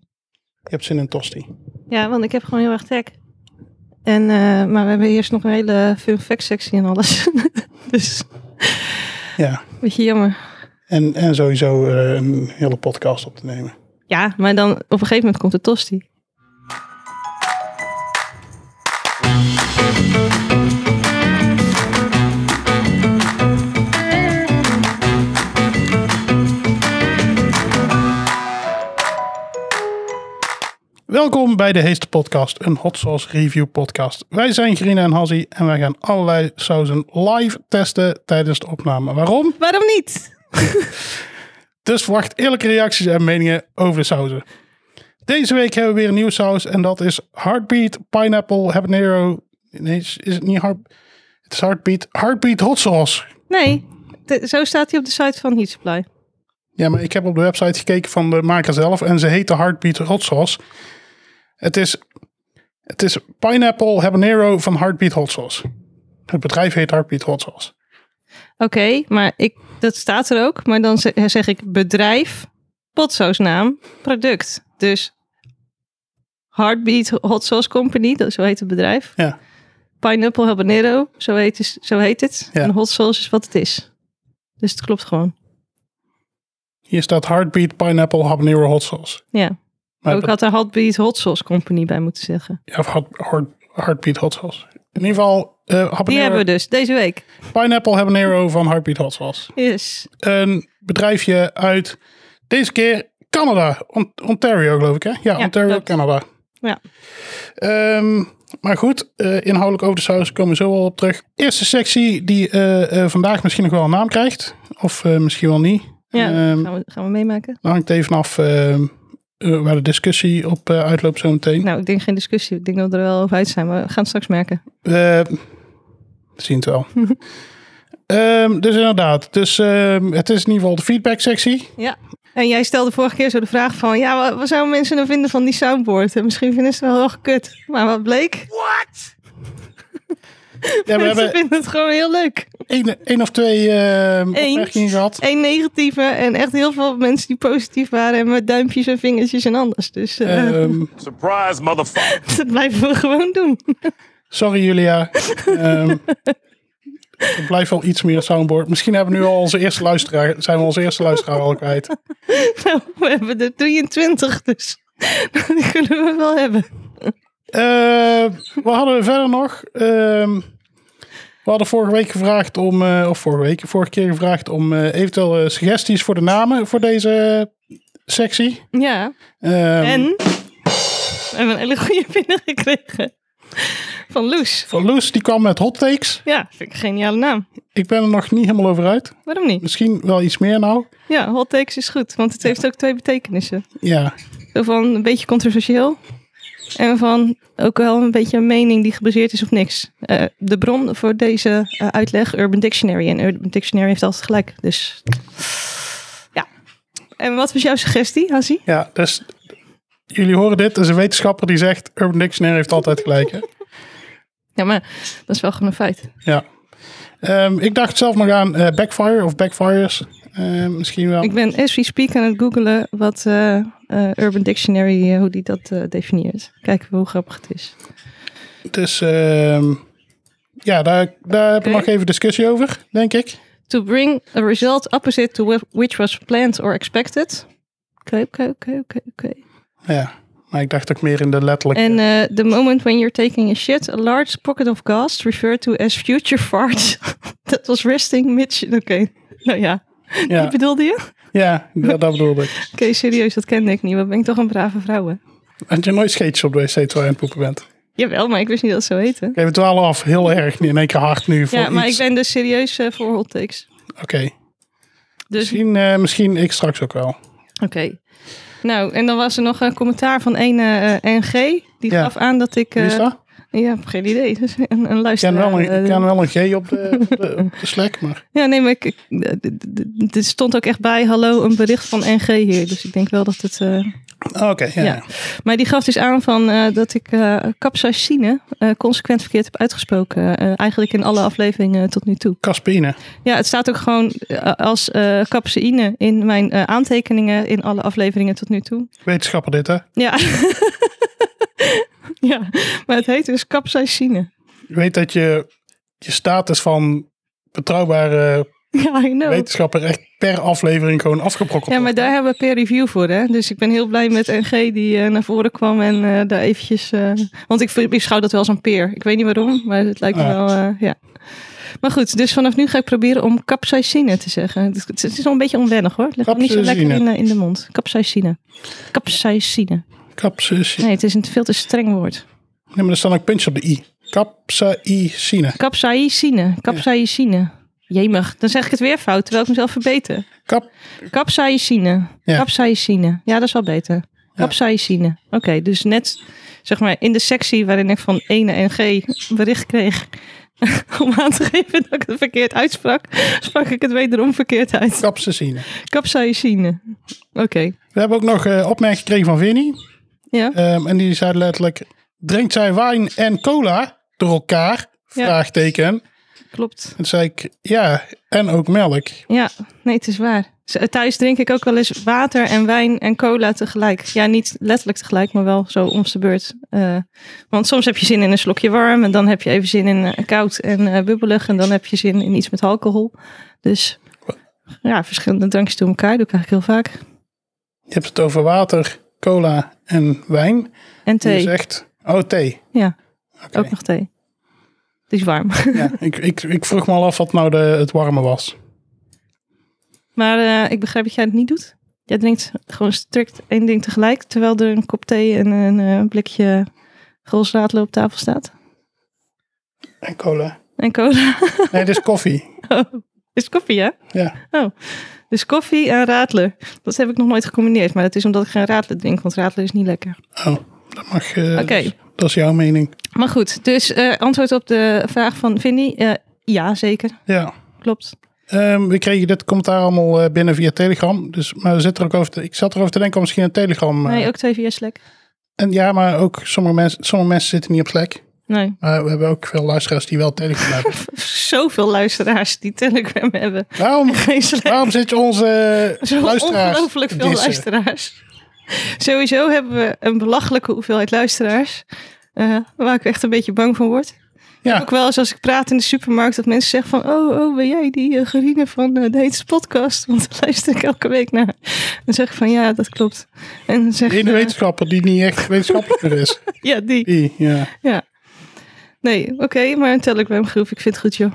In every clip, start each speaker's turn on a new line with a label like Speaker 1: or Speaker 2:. Speaker 1: Je hebt zin in tosti.
Speaker 2: Ja, want ik heb gewoon heel erg trek. En, eh, maar we hebben eerst nog een hele fun fact sectie en alles. dus
Speaker 1: Ja.
Speaker 2: beetje jammer.
Speaker 1: En, en sowieso eh, een hele podcast op te nemen.
Speaker 2: Ja, maar dan op een gegeven moment komt de tosti.
Speaker 1: Welkom bij de Heeste Podcast, een hot sauce review podcast. Wij zijn Grina en Hazzy en wij gaan allerlei sauzen live testen tijdens de opname. Waarom?
Speaker 2: Waarom niet?
Speaker 1: Dus verwacht eerlijke reacties en meningen over de sauzen. Deze week hebben we weer een nieuwe saus en dat is Heartbeat Pineapple Habanero. Nee, is is het niet Heart... Het is Heartbeat, Heartbeat Hot Sauce.
Speaker 2: Nee, de- zo staat hij op de site van Heat Supply.
Speaker 1: Ja, maar ik heb op de website gekeken van de maker zelf en ze heet de Heartbeat Hot Sauce. Het is, het is Pineapple Habanero van Heartbeat Hot Sauce. Het bedrijf heet Heartbeat Hot Sauce.
Speaker 2: Oké, maar ik, dat staat er ook. Maar dan ze- zeg ik bedrijf, potsoosnaam, product. Dus Heartbeat Hot Sauce Company, dat, zo heet het bedrijf.
Speaker 1: Ja,
Speaker 2: Pineapple habanero, zo heet, is- zo heet het.
Speaker 1: Ja.
Speaker 2: En hot sauce is wat het is. Dus het klopt gewoon.
Speaker 1: hier staat Heartbeat Pineapple Habanero Hot Sauce.
Speaker 2: Ja.
Speaker 1: Maar
Speaker 2: ook
Speaker 1: dat-
Speaker 2: had daar Heartbeat Hot Sauce Company bij moeten zeggen.
Speaker 1: Ja, of Heart, Heart- Heartbeat Hot Sauce. In ieder geval eh,
Speaker 2: Die
Speaker 1: habanero,
Speaker 2: hebben we dus deze week.
Speaker 1: Pineapple Habanero van Heartbeat Hot Sauce.
Speaker 2: Yes.
Speaker 1: Een bedrijfje uit, deze keer Canada. On- Ontario geloof ik hè? Ja, Ontario,
Speaker 2: klopt.
Speaker 1: Canada.
Speaker 2: Ja.
Speaker 1: Ehm, maar goed, eh, inhoudelijk over de saus komen we zo wel op terug. Eerste sectie die eh, eh, vandaag misschien nog wel een naam krijgt. Of eh, misschien wel niet.
Speaker 2: Ja,
Speaker 1: Ehm,
Speaker 2: gaan, we, gaan we meemaken?
Speaker 1: dan hangt even af ehm, eh, waar de discussie op eh, uitloopt zo meteen.
Speaker 2: Nou, ik denk geen discussie. Ik denk dat we er wel over uit zijn. Maar we gaan het straks merken.
Speaker 1: Eh, We zien het wel. Ehm, dus inderdaad, dus, ehm, het is in ieder geval de feedback sectie.
Speaker 2: Ja. En jij stelde vorige keer zo de vraag van... Ja, wat, wat zouden mensen nou vinden van die soundboard? En misschien vinden ze het wel heel gekut. Maar wat bleek?
Speaker 1: Ja, we
Speaker 2: mensen
Speaker 1: hebben
Speaker 2: vinden het gewoon heel leuk.
Speaker 1: één, één of twee ehm, opmerkingen gehad.
Speaker 2: Eén negatieve en echt heel veel mensen die positief waren. En met duimpjes en vingertjes en anders. Dus eh,
Speaker 1: Ehm,
Speaker 3: Surprise, motherfucker.
Speaker 2: dat blijven we gewoon doen.
Speaker 1: Sorry Julia. Ehm er blijft wel iets meer soundboard. Misschien hebben we nu al onze eerste luisteraar, zijn we onze eerste luisteraar al kwijt.
Speaker 2: Nou, we hebben er 23, dus die kunnen we wel hebben.
Speaker 1: Eh, wat hadden we verder nog? Ehm, we hadden vorige week gevraagd om, eh, of vorige week, vorige keer gevraagd om eh, eventueel eh, suggesties voor de namen voor deze sectie.
Speaker 2: Ja,
Speaker 1: Ehm,
Speaker 2: en we hebben een hele goede binnengekregen. Van Loes.
Speaker 1: Van Loes, die kwam met hot takes.
Speaker 2: Ja, vind ik een geniale naam.
Speaker 1: Ik ben er nog niet helemaal over uit.
Speaker 2: Waarom niet?
Speaker 1: Misschien wel iets meer nou.
Speaker 2: Ja, hot takes is goed, want het heeft ook twee betekenissen.
Speaker 1: Ja,
Speaker 2: Zo van een beetje controversieel. En van ook wel een beetje een mening die gebaseerd is op niks. Eh, de bron voor deze eh, uitleg, Urban Dictionary. En Urban Dictionary heeft altijd gelijk. Dus ja. En wat was jouw suggestie, Hansie?
Speaker 1: Ja, dus jullie horen dit. Er is een wetenschapper die zegt, Urban Dictionary heeft altijd gelijk. Hè?
Speaker 2: Ja, maar dat is wel gewoon een feit.
Speaker 1: Ja. Ehm, ik dacht zelf nog aan eh, Backfire of Backfires. Ehm, misschien wel.
Speaker 2: Ik ben as we speak aan het googelen wat eh, eh, Urban Dictionary, eh, hoe die dat eh, definieert. Kijken we hoe grappig het is.
Speaker 1: Dus ehm, ja, daar, daar heb ik
Speaker 2: Oké.
Speaker 1: nog even discussie over, denk ik.
Speaker 2: To bring a result opposite to wh- which was planned or expected. Oké, oké, oké, oké, oké.
Speaker 1: Ja, maar ik dacht ook meer in de letterlijke.
Speaker 2: En eh, the moment when you're taking a shit, a large pocket of gas, referred to as future farts, that was resting mid... Oké, nou ja.
Speaker 1: ja,
Speaker 2: Wat bedoelde je? Oké,
Speaker 1: ja, dat, dat bedoelde ik.
Speaker 2: serieus, dat kende ik niet. Wat ben ik toch een brave vrouw, hè?
Speaker 1: Had je nooit scheetjes op de wc terwijl je aan het poepen bent?
Speaker 2: Jawel, maar ik wist niet dat het zo heette.
Speaker 1: Oké, we dwalen af. Heel erg. nu In één keer hard nu voor
Speaker 2: Ja, maar ik
Speaker 1: iets.
Speaker 2: ben dus serieus eh, voor hot takes.
Speaker 1: Oké,
Speaker 2: Dus
Speaker 1: misschien, eh, misschien ik straks ook wel.
Speaker 2: Oké. Nou, en dan was er nog een commentaar van een eh, eh, NG. Die
Speaker 1: Ja.
Speaker 2: gaf aan dat ik... eh,
Speaker 1: Wie is dat?
Speaker 2: Ja, geen idee. Dus een, een
Speaker 1: Ik ken
Speaker 2: luisteraar.
Speaker 1: wel een,
Speaker 2: eh,
Speaker 1: ik ken wel een G op de, op de, op de Slack, maar
Speaker 2: Ja, nee, maar ik, ik- d- d- d- d- er stond ook echt bij... Hallo, een bericht van NG hier. Dus ik denk wel dat het... eh,
Speaker 1: Oké, ja.
Speaker 2: Ja.
Speaker 1: ja.
Speaker 2: Maar die gaf dus aan van, eh, dat ik eh capsaicine eh, consequent verkeerd heb uitgesproken. eh, eigenlijk in alle afleveringen eh, tot nu toe.
Speaker 1: Caspine.
Speaker 2: Ja, het staat ook gewoon eh, als eh capsaïne in mijn eh, aantekeningen in alle afleveringen tot nu toe.
Speaker 1: Wetenschapper dit, hè?
Speaker 2: Ja. ja, maar het heet dus capsaicine.
Speaker 1: Je weet dat je je status van betrouwbare
Speaker 2: Ja, I know.
Speaker 1: wetenschapper echt per aflevering gewoon afgebrokkeld
Speaker 2: Ja, maar
Speaker 1: wordt.
Speaker 2: daar hebben we peer review voor, hè? Dus ik ben heel blij met NG die eh, naar voren kwam en eh, daar eventjes... eh, want ik beschouw dat wel als een peer. Ik weet niet waarom, maar het lijkt me
Speaker 1: Ah.
Speaker 2: wel... eh, ja. Maar goed, dus vanaf nu ga ik proberen om capsaicine te zeggen. Het, het is wel een beetje onwennig, hoor. Het ligt nog niet zo lekker in,
Speaker 1: Capsaicine.
Speaker 2: eh, in de mond. Capsaicine. Capsaicine.
Speaker 1: Capsaicine.
Speaker 2: Nee, het is een veel te streng woord.
Speaker 1: Nee, maar er staan ook puntjes op de i. Capsaicine.
Speaker 2: Capsaicine. Capsaicine. Jemig, dan zeg ik het weer fout, terwijl ik mezelf verbeter.
Speaker 1: Cap.
Speaker 2: Capsaicine.
Speaker 1: Ja.
Speaker 2: Capsaicine. Ja, dat is wel beter. Capsaicine. Oké, dus net zeg maar in de sectie waarin ik van Ene en G bericht kreeg om aan te geven dat ik het verkeerd uitsprak, sprak ik het wederom verkeerd uit.
Speaker 1: Capsaicine.
Speaker 2: Capsaicine. Oké.
Speaker 1: We hebben ook nog eh opmerking gekregen van Vinnie.
Speaker 2: Ja.
Speaker 1: Ehm, en die zei letterlijk: drinkt zij wijn en cola door elkaar?
Speaker 2: Ja.
Speaker 1: Vraagteken. En
Speaker 2: Klopt.
Speaker 1: toen zei ik: ja, en ook melk.
Speaker 2: Ja, nee, het is waar. Z- eh, Thuis drink ik ook wel eens water en wijn en cola tegelijk. Ja, niet letterlijk tegelijk, maar wel zo om de beurt. Eh, want soms heb je zin in een slokje warm en dan heb je even zin in eh, koud en eh, bubbelig. En dan heb je zin in iets met alcohol. Dus ja, verschillende drankjes door elkaar doe ik eigenlijk heel vaak.
Speaker 1: Je hebt het over water, cola en wijn.
Speaker 2: En
Speaker 1: Je
Speaker 2: thee,
Speaker 1: zegt: oh, thee.
Speaker 2: ja,
Speaker 1: Oké.
Speaker 2: ook nog thee. Het is warm.
Speaker 1: Ja, ik, ik, ik vroeg me al af wat nou de, het warme was.
Speaker 2: Maar eh, ik begrijp dat jij het niet doet. Jij drinkt gewoon strikt één ding tegelijk, terwijl er een kop thee en een eh, blikje golfsraadloop op tafel staat.
Speaker 1: En cola.
Speaker 2: En cola.
Speaker 1: Nee, dit is koffie.
Speaker 2: Is koffie, hè?
Speaker 1: Ja.
Speaker 2: Dus koffie en radler. Dat heb ik nog nooit gecombineerd, maar dat is omdat ik geen radler drink, want radler is niet lekker.
Speaker 1: Oh, dat mag. eh,
Speaker 2: Oké.
Speaker 1: dat, is- dat is jouw mening.
Speaker 2: Maar goed, dus eh, antwoord op de vraag van Vinnie. eh, ja, zeker.
Speaker 1: Ja.
Speaker 2: Klopt.
Speaker 1: Ehm, we kregen dit commentaar allemaal eh, binnen via Telegram. Dus, maar we zitten er ook over te- ik zat erover te denken om misschien een Telegram. eh,
Speaker 2: Nee, ook twee via Slack.
Speaker 1: En ja, maar ook sommige mensen, sommige mensen zitten niet op Slack.
Speaker 2: Nee.
Speaker 1: Maar we hebben ook veel luisteraars die wel Telegram hebben.
Speaker 2: Zoveel luisteraars die Telegram hebben.
Speaker 1: waarom,
Speaker 2: Geen Slack.
Speaker 1: waarom zit je onze eh,
Speaker 2: Zo
Speaker 1: luisteraars?
Speaker 2: ongelooflijk
Speaker 1: te
Speaker 2: veel
Speaker 1: dissen?
Speaker 2: luisteraars. Sowieso hebben we een belachelijke hoeveelheid luisteraars. eh, waar ik echt een beetje bang van word.
Speaker 1: Ja,
Speaker 2: Ook wel eens als ik praat in de supermarkt dat mensen zeggen van... Oh, oh ben jij die eh, Gerine van eh, de Heetste Podcast? Want daar luister ik elke week naar. Dan zeg ik van ja, dat klopt. En dan zeg
Speaker 1: de
Speaker 2: ik... eh,
Speaker 1: ene wetenschapper die niet echt wetenschappelijker is.
Speaker 2: ja, die.
Speaker 1: Die, ja.
Speaker 2: Ja. Nee, oké, maar een Telegram groep. Ik vind het goed joh.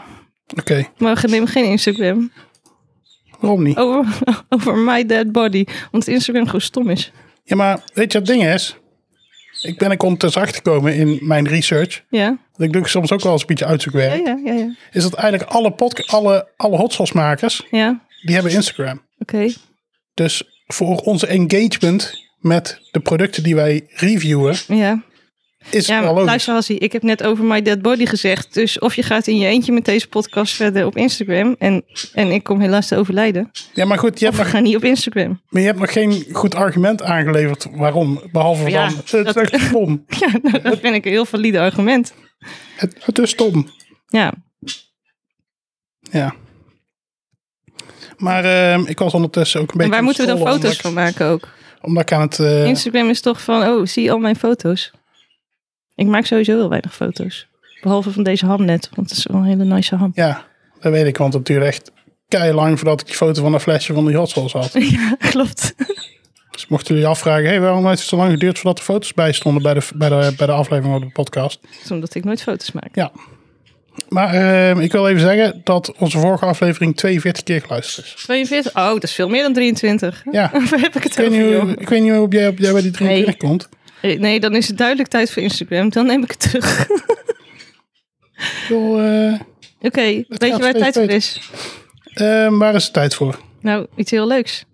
Speaker 1: Oké,
Speaker 2: Maar we nemen geen Instagram.
Speaker 1: waarom niet?
Speaker 2: Over, over my dead body. Want Instagram gewoon stom is.
Speaker 1: Ja, maar weet je wat het ding is? Ik ben er ondertussen achtergekomen in mijn research.
Speaker 2: Ja,
Speaker 1: Dat ik doe soms ook wel eens een beetje
Speaker 2: ja,
Speaker 1: uitzoekwerk.
Speaker 2: ja, ja. Ja,
Speaker 1: Is dat eigenlijk alle, podca- alle, alle hot sauce makers,
Speaker 2: ja.
Speaker 1: die hebben Instagram.
Speaker 2: oké.
Speaker 1: Dus voor onze engagement met de producten die wij reviewen,
Speaker 2: Ja,
Speaker 1: is
Speaker 2: ja
Speaker 1: wel
Speaker 2: maar
Speaker 1: logisch.
Speaker 2: luister Hassie, ik heb net over My Dead Body gezegd. Dus of je gaat in je eentje met deze podcast verder op Instagram. En, en ik kom helaas te overlijden.
Speaker 1: Ja, maar goed, je
Speaker 2: Of
Speaker 1: hebt,
Speaker 2: we
Speaker 1: nog,
Speaker 2: gaan niet op Instagram.
Speaker 1: maar je hebt nog geen goed argument aangeleverd waarom. Behalve
Speaker 2: Ja,
Speaker 1: dan, het
Speaker 2: dat-
Speaker 1: is echt stom.
Speaker 2: Ja, nou, dat vind ik een heel valide argument.
Speaker 1: Het, het is stom,
Speaker 2: Ja,
Speaker 1: ja. Maar ehm, ik was ondertussen ook een
Speaker 2: en
Speaker 1: beetje...
Speaker 2: waar moeten we
Speaker 1: aan
Speaker 2: dan
Speaker 1: het
Speaker 2: foto's van
Speaker 1: scrollen,
Speaker 2: maken ook?
Speaker 1: Omdat ik, omdat ik aan het... eh,
Speaker 2: Instagram is toch van, oh, zie al mijn foto's. Ik maak sowieso heel weinig foto's. Behalve van deze ham net, want het is wel een hele nice ham.
Speaker 1: ja, dat weet ik, want het duurde echt lang voordat ik die foto van een flesje van die hot sauce had.
Speaker 2: Ja, klopt.
Speaker 1: Dus mochten jullie afvragen, hey, waarom heeft het zo lang geduurd voordat de foto's bij stonden bij de, bij de, bij de aflevering op de podcast?
Speaker 2: Dat is omdat ik nooit foto's maak.
Speaker 1: Ja. Maar ehm, ik wil even zeggen dat onze vorige aflevering 42 keer geluisterd is.
Speaker 2: 42? Oh, dat is veel meer dan 23.
Speaker 1: Ja.
Speaker 2: Waar heb ik het
Speaker 1: Ik weet
Speaker 2: over,
Speaker 1: niet
Speaker 2: Oh, joh?
Speaker 1: hoe, ik weet niet hoe jij, op jij bij die 23 komt.
Speaker 2: Eh, Nee, dan is het duidelijk tijd voor Instagram. Dan neem ik het terug. Oké,
Speaker 1: Ik bedoel, eh,
Speaker 2: weet je
Speaker 1: gaat
Speaker 2: waar het
Speaker 1: steeds
Speaker 2: tijd voor
Speaker 1: beter.
Speaker 2: is?
Speaker 1: ehm, waar is de tijd voor?
Speaker 2: Nou, iets heel leuks.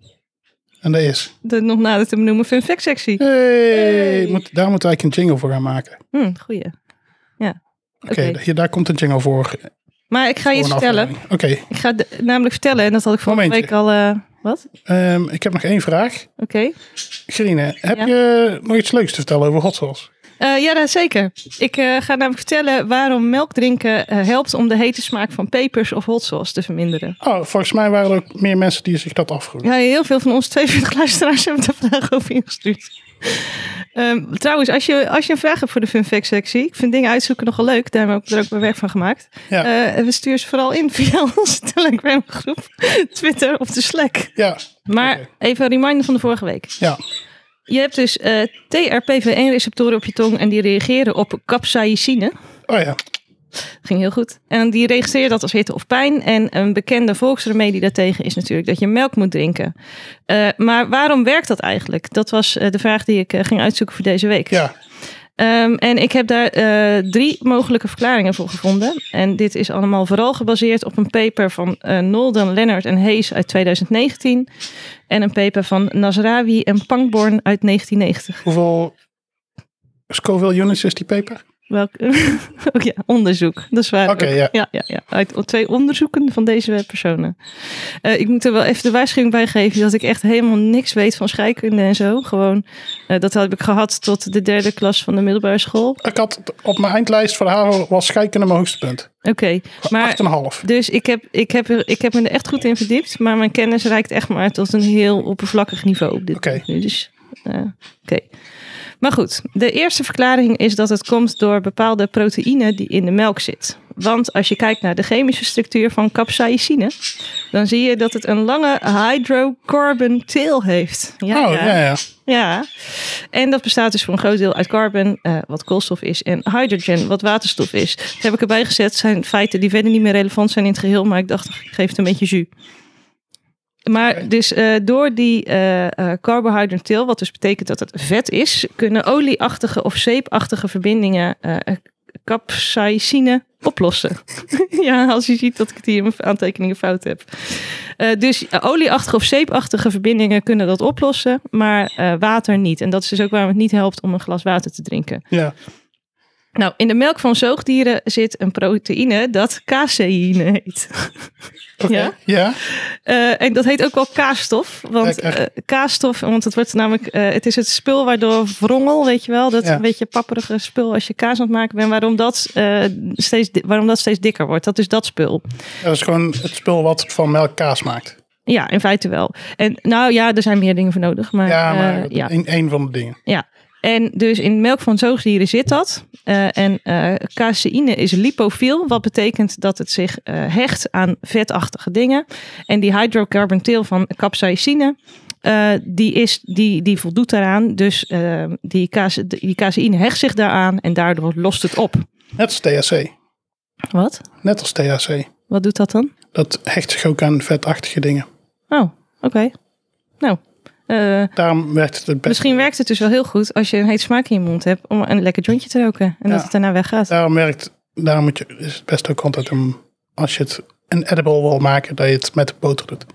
Speaker 1: En dat is.
Speaker 2: De nog nader te benoemen fun fact sectie.
Speaker 1: Hey, Moet, daar moeten wij een jingle voor gaan maken.
Speaker 2: Hm, goeie. Ja, oké.
Speaker 1: Oké, hier- daar komt een jingle voor.
Speaker 2: Maar ik ga je
Speaker 1: voor
Speaker 2: iets
Speaker 1: een
Speaker 2: vertellen.
Speaker 1: aflevering. Oké,
Speaker 2: Ik ga de- namelijk vertellen, en dat had ik vorige
Speaker 1: Momentje.
Speaker 2: week al eh, Wat?
Speaker 1: Ehm, ik heb nog één vraag.
Speaker 2: Oké.
Speaker 1: Gerine, heb
Speaker 2: Ja?
Speaker 1: je nog iets leuks te vertellen over hot sauce?
Speaker 2: Eh, ja, dat zeker. Ik eh, ga namelijk vertellen waarom melk drinken eh, helpt om de hete smaak van pepers of hot sauce te verminderen.
Speaker 1: Oh, volgens mij waren er ook meer mensen die zich dat afvroegen.
Speaker 2: Ja, heel veel van onze 42 luisteraars hebben daar vragen over ingestuurd. Ehm, trouwens, als je, als je een vraag hebt voor de Fun Fact sectie, ik vind dingen uitzoeken nogal leuk, daar hebben we ook- er ook mijn werk van gemaakt.
Speaker 1: Ja.
Speaker 2: Eh, we sturen ze vooral in via onze Telegram groep, Twitter of de Slack.
Speaker 1: Ja,
Speaker 2: Maar
Speaker 1: Oké.
Speaker 2: even een reminder van de vorige week.
Speaker 1: ja.
Speaker 2: Je hebt dus eh, TRPV1-receptoren op je tong en die reageren op capsaïcine.
Speaker 1: Oh ja,
Speaker 2: Ging heel goed. En die registreert dat als hitte of pijn. En een bekende volksremedie daartegen is natuurlijk dat je melk moet drinken. Eh, maar waarom werkt dat eigenlijk? Dat was eh, de vraag die ik eh, ging uitzoeken voor deze week.
Speaker 1: ja.
Speaker 2: Ehm, en ik heb daar eh, drie mogelijke verklaringen voor gevonden. En dit is allemaal vooral gebaseerd op een paper van eh, Nolden, Leonard en Hayes uit 2019. En een paper van Nasrawi en Pangborn uit 1990.
Speaker 1: Hoeveel Scoville units is die paper?
Speaker 2: Welk oh ja, onderzoek. Dat is waar.
Speaker 1: Oké,
Speaker 2: ook.
Speaker 1: ja.
Speaker 2: Ja, ja, ja. Uit twee onderzoeken van deze personen. Eh, ik moet er wel even de waarschuwing bij geven dat ik echt helemaal niks weet van scheikunde en zo. Gewoon, eh, dat heb ik gehad tot de derde klas van de middelbare school.
Speaker 1: Ik had op mijn eindlijst voor de HAVO was scheikunde mijn hoogste punt.
Speaker 2: Oké, maar.
Speaker 1: 8,5.
Speaker 2: Dus ik heb, ik, heb er, ik heb me er echt goed in verdiept, maar mijn kennis reikt echt maar tot een heel oppervlakkig niveau op dit
Speaker 1: Oké.
Speaker 2: moment. Dus, eh, oké. Maar goed, de eerste verklaring is dat het komt door bepaalde proteïne die in de melk zit. Want als je kijkt naar de chemische structuur van capsaïcine, dan zie je dat het een lange hydrocarbon tail heeft.
Speaker 1: oh, ja, ja.
Speaker 2: Ja, en dat bestaat dus voor een groot deel uit carbon, eh, wat koolstof is, en hydrogen, wat waterstof is. Dat heb ik erbij gezet, zijn feiten die verder niet meer relevant zijn in het geheel, maar ik dacht, ik geef het een beetje jus. Maar dus eh, door die eh eh carbohydrate tail, wat dus betekent dat het vet is, kunnen olieachtige of zeepachtige verbindingen eh eh, capsaïcine oplossen. ja, als je ziet dat ik het hier in mijn aantekeningen fout heb. Eh, dus eh, olieachtige of zeepachtige verbindingen kunnen dat oplossen, maar eh, water niet. En dat is dus ook waarom het niet helpt om een glas water te drinken.
Speaker 1: ja.
Speaker 2: Nou, in de melk van zoogdieren zit een proteïne dat caseïne heet.
Speaker 1: Oké,
Speaker 2: Ja?
Speaker 1: ja.
Speaker 2: Eh, en dat heet ook wel kaasstof. Want
Speaker 1: Kijk, echt.
Speaker 2: eh, kaasstof, want het wordt namelijk, eh, het is het spul waardoor wrongel, weet je wel, dat
Speaker 1: Ja.
Speaker 2: een beetje papperige spul als je kaas aan het maken bent, waarom dat, eh, steeds, di- waarom dat steeds dikker wordt. Dat is dat spul.
Speaker 1: Dat is gewoon het spul wat van melk kaas maakt.
Speaker 2: Ja, in feite wel. En nou ja, er zijn meer dingen voor nodig, maar,
Speaker 1: Ja, maar
Speaker 2: eh, ja.
Speaker 1: Een, een van de dingen.
Speaker 2: Ja, en dus in melk van zoogdieren zit dat. Eh, en eh, caseïne is lipofiel, wat betekent dat het zich eh, hecht aan vetachtige dingen. En die hydrocarbontail van capsaïcine, eh, die, is, die, die voldoet daaraan. Dus eh, die, case, die caseïne hecht zich daaraan en daardoor lost het op.
Speaker 1: Net als THC.
Speaker 2: Wat?
Speaker 1: Net als THC.
Speaker 2: Wat doet dat dan?
Speaker 1: Dat hecht zich ook aan vetachtige dingen.
Speaker 2: Oh, oké. Nou, eh,
Speaker 1: Daarom werkt het het best.
Speaker 2: misschien werkt het dus wel heel goed als je een heet smaak in je mond hebt om een lekker jointje te roken. En
Speaker 1: Ja.
Speaker 2: dat het daarna weggaat.
Speaker 1: Daarom werkt, daarom moet je, is het best ook altijd om, als je het een edible wil maken, dat je het met de boter doet.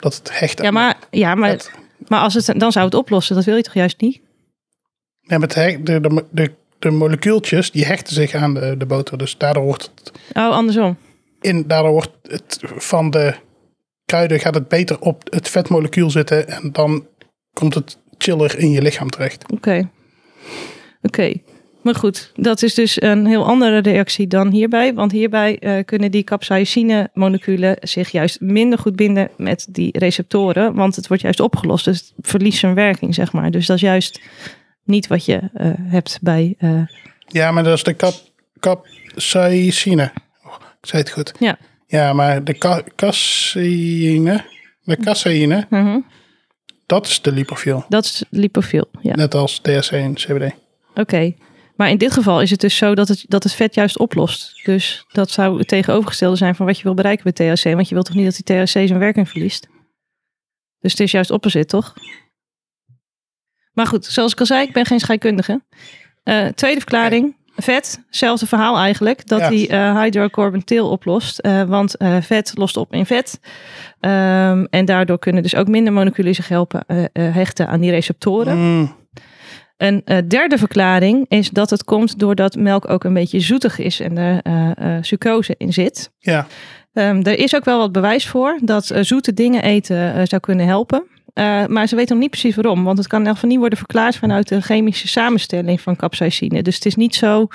Speaker 1: Dat het hecht
Speaker 2: Hmm. Ja, maar, ja, maar,
Speaker 1: Het-
Speaker 2: maar als het, dan zou het oplossen. Dat wil je toch juist niet?
Speaker 1: Ja, met de, de, de, de, de molecuultjes, die hechten zich aan de, de boter. Dus daardoor wordt, het
Speaker 2: Oh, andersom.
Speaker 1: in, daardoor wordt het van de kruiden gaat het beter op het vetmolecuul zitten. En dan komt het chiller in je lichaam terecht.
Speaker 2: Oké. Oké. Maar goed, dat is dus een heel andere reactie dan hierbij. Want hierbij eh, kunnen die capsaïcine-moleculen zich juist minder goed binden met die receptoren. Want het wordt juist opgelost. Dus het verliest zijn werking, zeg maar. Dus dat is juist niet wat je eh, hebt bij. eh,
Speaker 1: Ja, maar dat is de cap, capsaicine. Oh, ik zei het goed.
Speaker 2: ja.
Speaker 1: Ja, maar de ca- caseïne, de caseïne,
Speaker 2: Mhm.
Speaker 1: dat is de lipofiel.
Speaker 2: Dat is lipofiel. Ja.
Speaker 1: Net als THC en CBD.
Speaker 2: Oké. Maar in dit geval is het dus zo dat het, dat het vet juist oplost. Dus dat zou het tegenovergestelde zijn van wat je wil bereiken bij THC. Want je wilt toch niet dat die THC zijn werking verliest? Dus het is juist opposite, toch? Maar goed, zoals ik al zei, ik ben geen scheikundige. Eh, tweede verklaring. Vet, hetzelfde verhaal eigenlijk. Dat
Speaker 1: Ja.
Speaker 2: die eh hydrocarbontail oplost. Eh, want eh, vet lost op in vet. Ehm, en daardoor kunnen dus ook minder moleculen zich helpen eh, eh, hechten aan die receptoren.
Speaker 1: Mm,
Speaker 2: Een eh, derde verklaring is dat het komt doordat melk ook een beetje zoetig is en er eh, eh, sucrose in zit.
Speaker 1: Ja.
Speaker 2: Ehm, er is ook wel wat bewijs voor dat eh, zoete dingen eten eh, zou kunnen helpen. Eh, maar ze weten nog niet precies waarom. Want het kan in elk geval niet worden verklaard vanuit de chemische samenstelling van capsaicine. Dus het is niet zo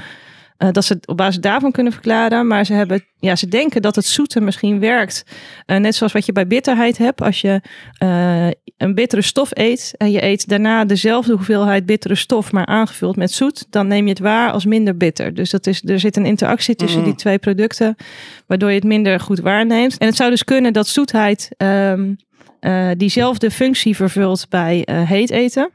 Speaker 2: eh, dat ze het op basis daarvan kunnen verklaren. Maar ze, hebben, ja, ze denken dat het zoete misschien werkt. Eh, net zoals wat je bij bitterheid hebt. Als je eh, een bittere stof eet en je eet daarna dezelfde hoeveelheid bittere stof, maar aangevuld met zoet, dan neem je het waar als minder bitter. Dus dat is, er zit een interactie tussen
Speaker 1: Mm.
Speaker 2: die twee producten, waardoor je het minder goed waarneemt. En het zou dus kunnen dat zoetheid ehm, eh, diezelfde functie vervult bij eh, heet eten.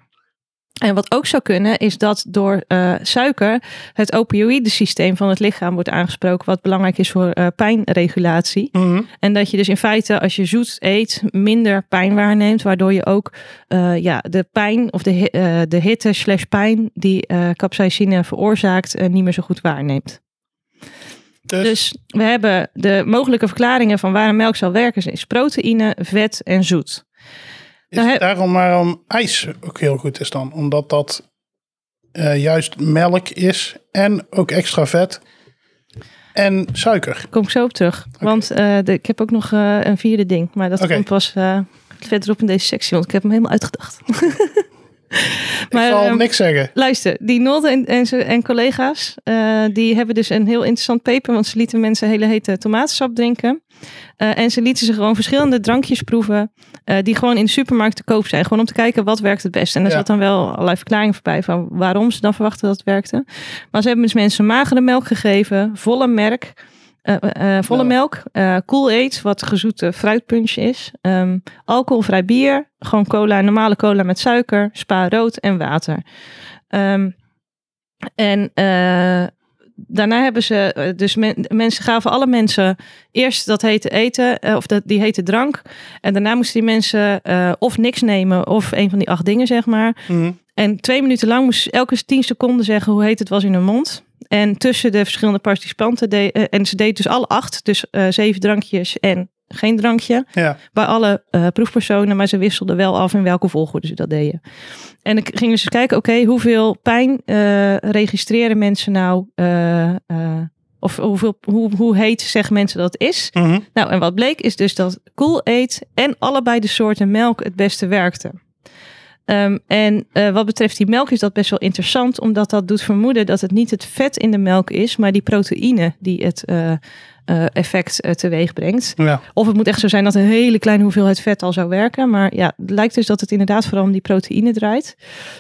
Speaker 2: En wat ook zou kunnen, is dat door eh, suiker het opioïdesysteem van het lichaam wordt aangesproken, wat belangrijk is voor eh, pijnregulatie.
Speaker 1: Mhm.
Speaker 2: En dat je dus in feite, als je zoet eet, minder pijn waarneemt. Waardoor je ook eh, ja, de pijn of de, hi- eh, de hitte slash pijn die eh capsaicine veroorzaakt, eh, niet meer zo goed waarneemt.
Speaker 1: Dus,
Speaker 2: Dus we hebben de mogelijke verklaringen van waarom melk zal werken. is proteïne, vet en zoet.
Speaker 1: is
Speaker 2: nou, hè-
Speaker 1: daarom waarom ijs ook heel goed is dan. Omdat dat eh, juist melk is en ook extra vet en suiker.
Speaker 2: Daar kom ik zo op terug. Want eh, de, ik heb ook nog eh, een vierde ding. Maar dat
Speaker 1: Oké.
Speaker 2: komt pas eh, verderop in deze sectie. Want ik heb hem helemaal uitgedacht.
Speaker 1: Ik zal
Speaker 2: ehm,
Speaker 1: niks zeggen.
Speaker 2: Luister, die Nolde en, en, ze- en collega's, eh, die hebben dus een heel interessant paper, want ze lieten mensen hele hete tomatensap drinken. Eh, en ze lieten ze gewoon verschillende drankjes proeven, eh, die gewoon in de supermarkt te koop zijn. Gewoon om te kijken wat werkt het best. En er
Speaker 1: Ja.
Speaker 2: zat dan wel allerlei verklaringen voorbij van waarom ze dan verwachten dat het werkte. Maar ze hebben dus mensen magere melk gegeven, volle merk, eh, eh, eh, volle
Speaker 1: Ja.
Speaker 2: melk, eh Cool Aids, wat gezoete fruitpunch is, ehm, alcoholvrij bier, gewoon cola, normale cola met suiker, spa rood en water. Ehm, en eh, daarna hebben ze, eh, dus men- mensen gaven alle mensen eerst dat hete eten, eh, of dat, die hete drank. En daarna moesten die mensen eh, of niks nemen, of een van die acht dingen, zeg maar.
Speaker 1: Mhm.
Speaker 2: En twee minuten lang moest ze elke tien seconden zeggen hoe heet het was in hun mond. En tussen de verschillende participanten, de, eh, en ze deed dus alle acht, dus eh, zeven drankjes en geen drankje,
Speaker 1: Ja.
Speaker 2: bij alle eh, proefpersonen, maar ze wisselden wel af in welke volgorde ze dat deden. En ik ging dus eens kijken, oké, hoeveel pijn eh, registreren mensen nou, eh, eh, of hoeveel, hoe, hoe heet zeggen mensen dat het is?
Speaker 1: Mhm.
Speaker 2: Nou, en wat bleek is dus dat Cool Aid en allebei de soorten melk het beste werkten. Ehm, en eh, wat betreft die melk is dat best wel interessant, omdat dat doet vermoeden dat het niet het vet in de melk is, maar die proteïne die het eh, eh, effect eh, teweeg brengt.
Speaker 1: Ja.
Speaker 2: Of het moet echt zo zijn dat een hele kleine hoeveelheid vet al zou werken, maar ja, het lijkt dus dat het inderdaad vooral om die proteïne draait.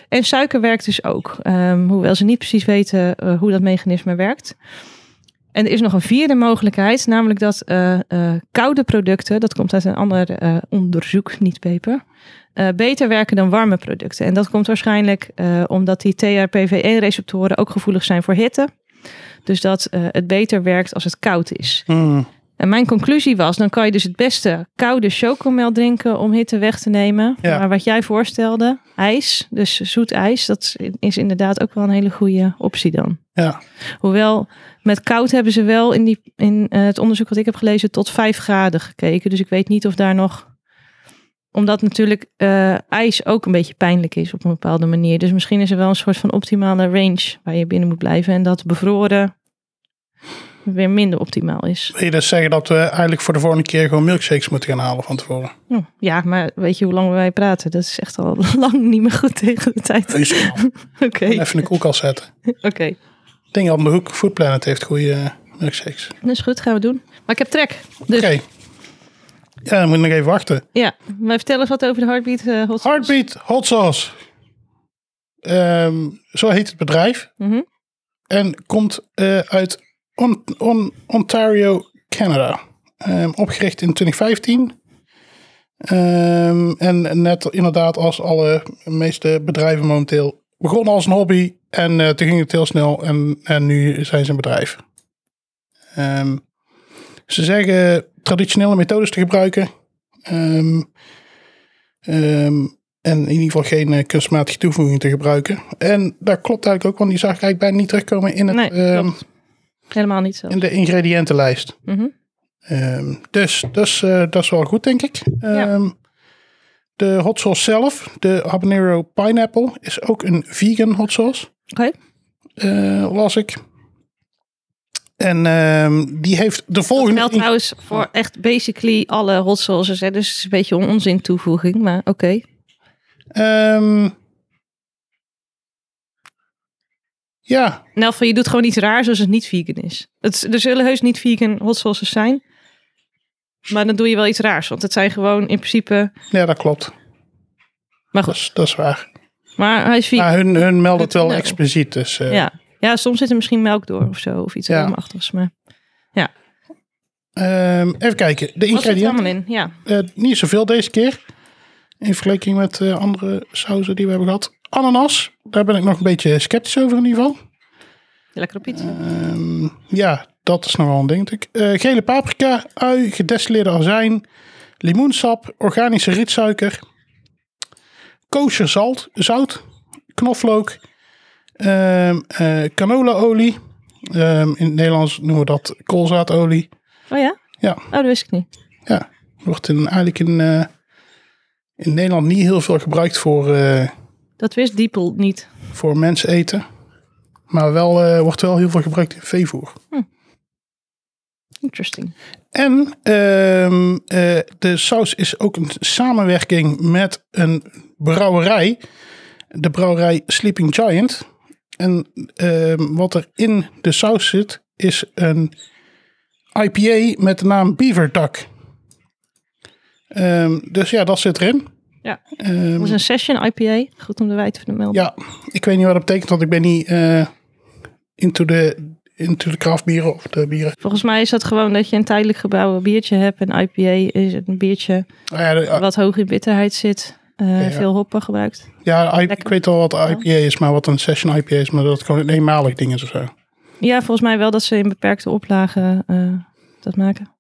Speaker 2: En suiker werkt dus ook, ehm, hoewel ze niet precies weten eh, hoe dat mechanisme werkt. En er is nog een vierde mogelijkheid, namelijk dat eh, eh, koude producten, dat komt uit een ander eh, onderzoek, niet paper, eh, beter werken dan warme producten. En dat komt waarschijnlijk eh, omdat die TRPV1-receptoren E ook gevoelig zijn voor hitte. Dus dat eh, het beter werkt als het koud is.
Speaker 1: Mhm.
Speaker 2: En mijn conclusie was, dan kan je dus het beste koude chocomel drinken om hitte weg te nemen.
Speaker 1: Ja.
Speaker 2: Maar wat jij voorstelde, ijs, dus zoet ijs, dat is inderdaad ook wel een hele goede optie dan.
Speaker 1: Ja.
Speaker 2: Hoewel, met koud hebben ze wel in, die, in eh, het onderzoek wat ik heb gelezen tot 5 graden gekeken. Dus ik weet niet of daar nog. Omdat natuurlijk eh, ijs ook een beetje pijnlijk is op een bepaalde manier. Dus misschien is er wel een soort van optimale range waar je binnen moet blijven. En dat bevroren weer minder optimaal is.
Speaker 1: Wil je dus zeggen dat we eigenlijk voor de volgende keer gewoon milkshakes moeten gaan halen van tevoren?
Speaker 2: Hm, Ja, maar weet je hoe lang wij praten? Dat is echt al lang niet meer goed tegen de tijd. Oké, oké.
Speaker 1: Even in de koelkast zetten. Ding op de hoek, Food Planet heeft goede eh, milkshakes.
Speaker 2: Dat is goed, gaan we doen. Maar ik heb trek. Dus
Speaker 1: Oké. Ja, dan moet ik nog even wachten.
Speaker 2: ja, maar vertel eens wat over de heartbeat. eh, hot sauce.
Speaker 1: Heartbeat Hot Sauce. Ehm, zo heet het bedrijf.
Speaker 2: Mhm.
Speaker 1: En komt eh, uit On- On- Ontario, Canada. Ehm, opgericht in 2015. Ehm, en net inderdaad als alle meeste bedrijven momenteel. Begon als een hobby en eh, toen ging het heel snel en, en nu zijn ze een bedrijf. Ehm, ze zeggen traditionele methodes te gebruiken. Ehm, ehm, en in ieder geval geen eh, kunstmatige toevoeging te gebruiken. En dat klopt eigenlijk ook, want die zag ik eigenlijk bijna niet terugkomen in, het,
Speaker 2: Nee,
Speaker 1: ehm,
Speaker 2: klopt. Helemaal niet zo.
Speaker 1: in de ingrediëntenlijst.
Speaker 2: Mhm.
Speaker 1: Ehm, dus dus eh, dat is wel goed, denk ik. Ehm, De hot sauce zelf, de habanero pineapple, is ook een vegan hot sauce,
Speaker 2: Oké.
Speaker 1: eh, las ik. En ehm, die heeft de
Speaker 2: Dat
Speaker 1: volgende...
Speaker 2: geldt trouwens voor echt basically alle hot sauces. Hè? Dus het is een beetje een onzin toevoeging, maar oké.
Speaker 1: Ehm, ja,
Speaker 2: Nou, van je doet gewoon iets raars als het niet vegan is. Het, er zullen heus niet vegan hot sauces zijn. Maar dan doe je wel iets raars. Want het zijn gewoon in principe...
Speaker 1: ja, dat klopt.
Speaker 2: Maar
Speaker 1: Dat
Speaker 2: goed,
Speaker 1: is, dat is waar.
Speaker 2: maar hij is vegan.
Speaker 1: Maar hun, hun melden het wel
Speaker 2: Nou.
Speaker 1: expliciet, dus... eh,
Speaker 2: Ja. ja, soms zit er misschien melk door of zo. Of iets
Speaker 1: Ja.
Speaker 2: helemaal achtigs. Maar
Speaker 1: ehm, even kijken, de
Speaker 2: wat zit er
Speaker 1: ingrediënten.
Speaker 2: allemaal in? Ja.
Speaker 1: Eh, niet zoveel deze keer. In vergelijking met eh, andere sauzen die we hebben gehad. Ananas, daar ben ik nog een beetje sceptisch over in ieder geval.
Speaker 2: Lekker op iets.
Speaker 1: Ehm, ja, dat is nogal een ding natuurlijk. Eh, gele paprika, ui, gedestilleerde azijn, limoensap, organische rietsuiker, kosher zout, zout knoflook, ehm eh, canolaolie. Ehm, in het Nederlands noemen we dat koolzaadolie.
Speaker 2: Oh ja?
Speaker 1: Ja.
Speaker 2: Oh, dat wist ik niet.
Speaker 1: Ja, wordt in, eigenlijk in, eh, in Nederland niet heel veel gebruikt voor, eh,
Speaker 2: Dat wist Diepel niet.
Speaker 1: voor mensen eten. Maar wel, eh, wordt wel heel veel gebruikt in veevoer.
Speaker 2: Interesting.
Speaker 1: En ehm, eh, de saus is ook een samenwerking met een brouwerij. De brouwerij Sleeping Giant. En ehm, wat er in de saus zit, is een IPA met de naam Beaver Duck. Ehm, dus ja, dat zit erin.
Speaker 2: Ja.
Speaker 1: Ehm,
Speaker 2: Dat is een session IPA. Goed om de wij te vermelden.
Speaker 1: ja, ik weet niet wat dat betekent, want ik ben niet eh, into, de, into de craft bieren of de bieren.
Speaker 2: Volgens mij is dat gewoon dat je een tijdelijk gebouwen biertje hebt. En IPA is een biertje
Speaker 1: Ah ja, de-
Speaker 2: wat hoog in bitterheid zit. eh,
Speaker 1: ja.
Speaker 2: Veel hoppen gebruikt.
Speaker 1: Ja, I- ik
Speaker 2: Lekker.
Speaker 1: weet al wat IPA is, maar wat een session IPA is, maar dat het gewoon een eenmalig ding is of zo. Oké.
Speaker 2: Ja, volgens mij wel dat ze in beperkte oplagen eh, dat maken.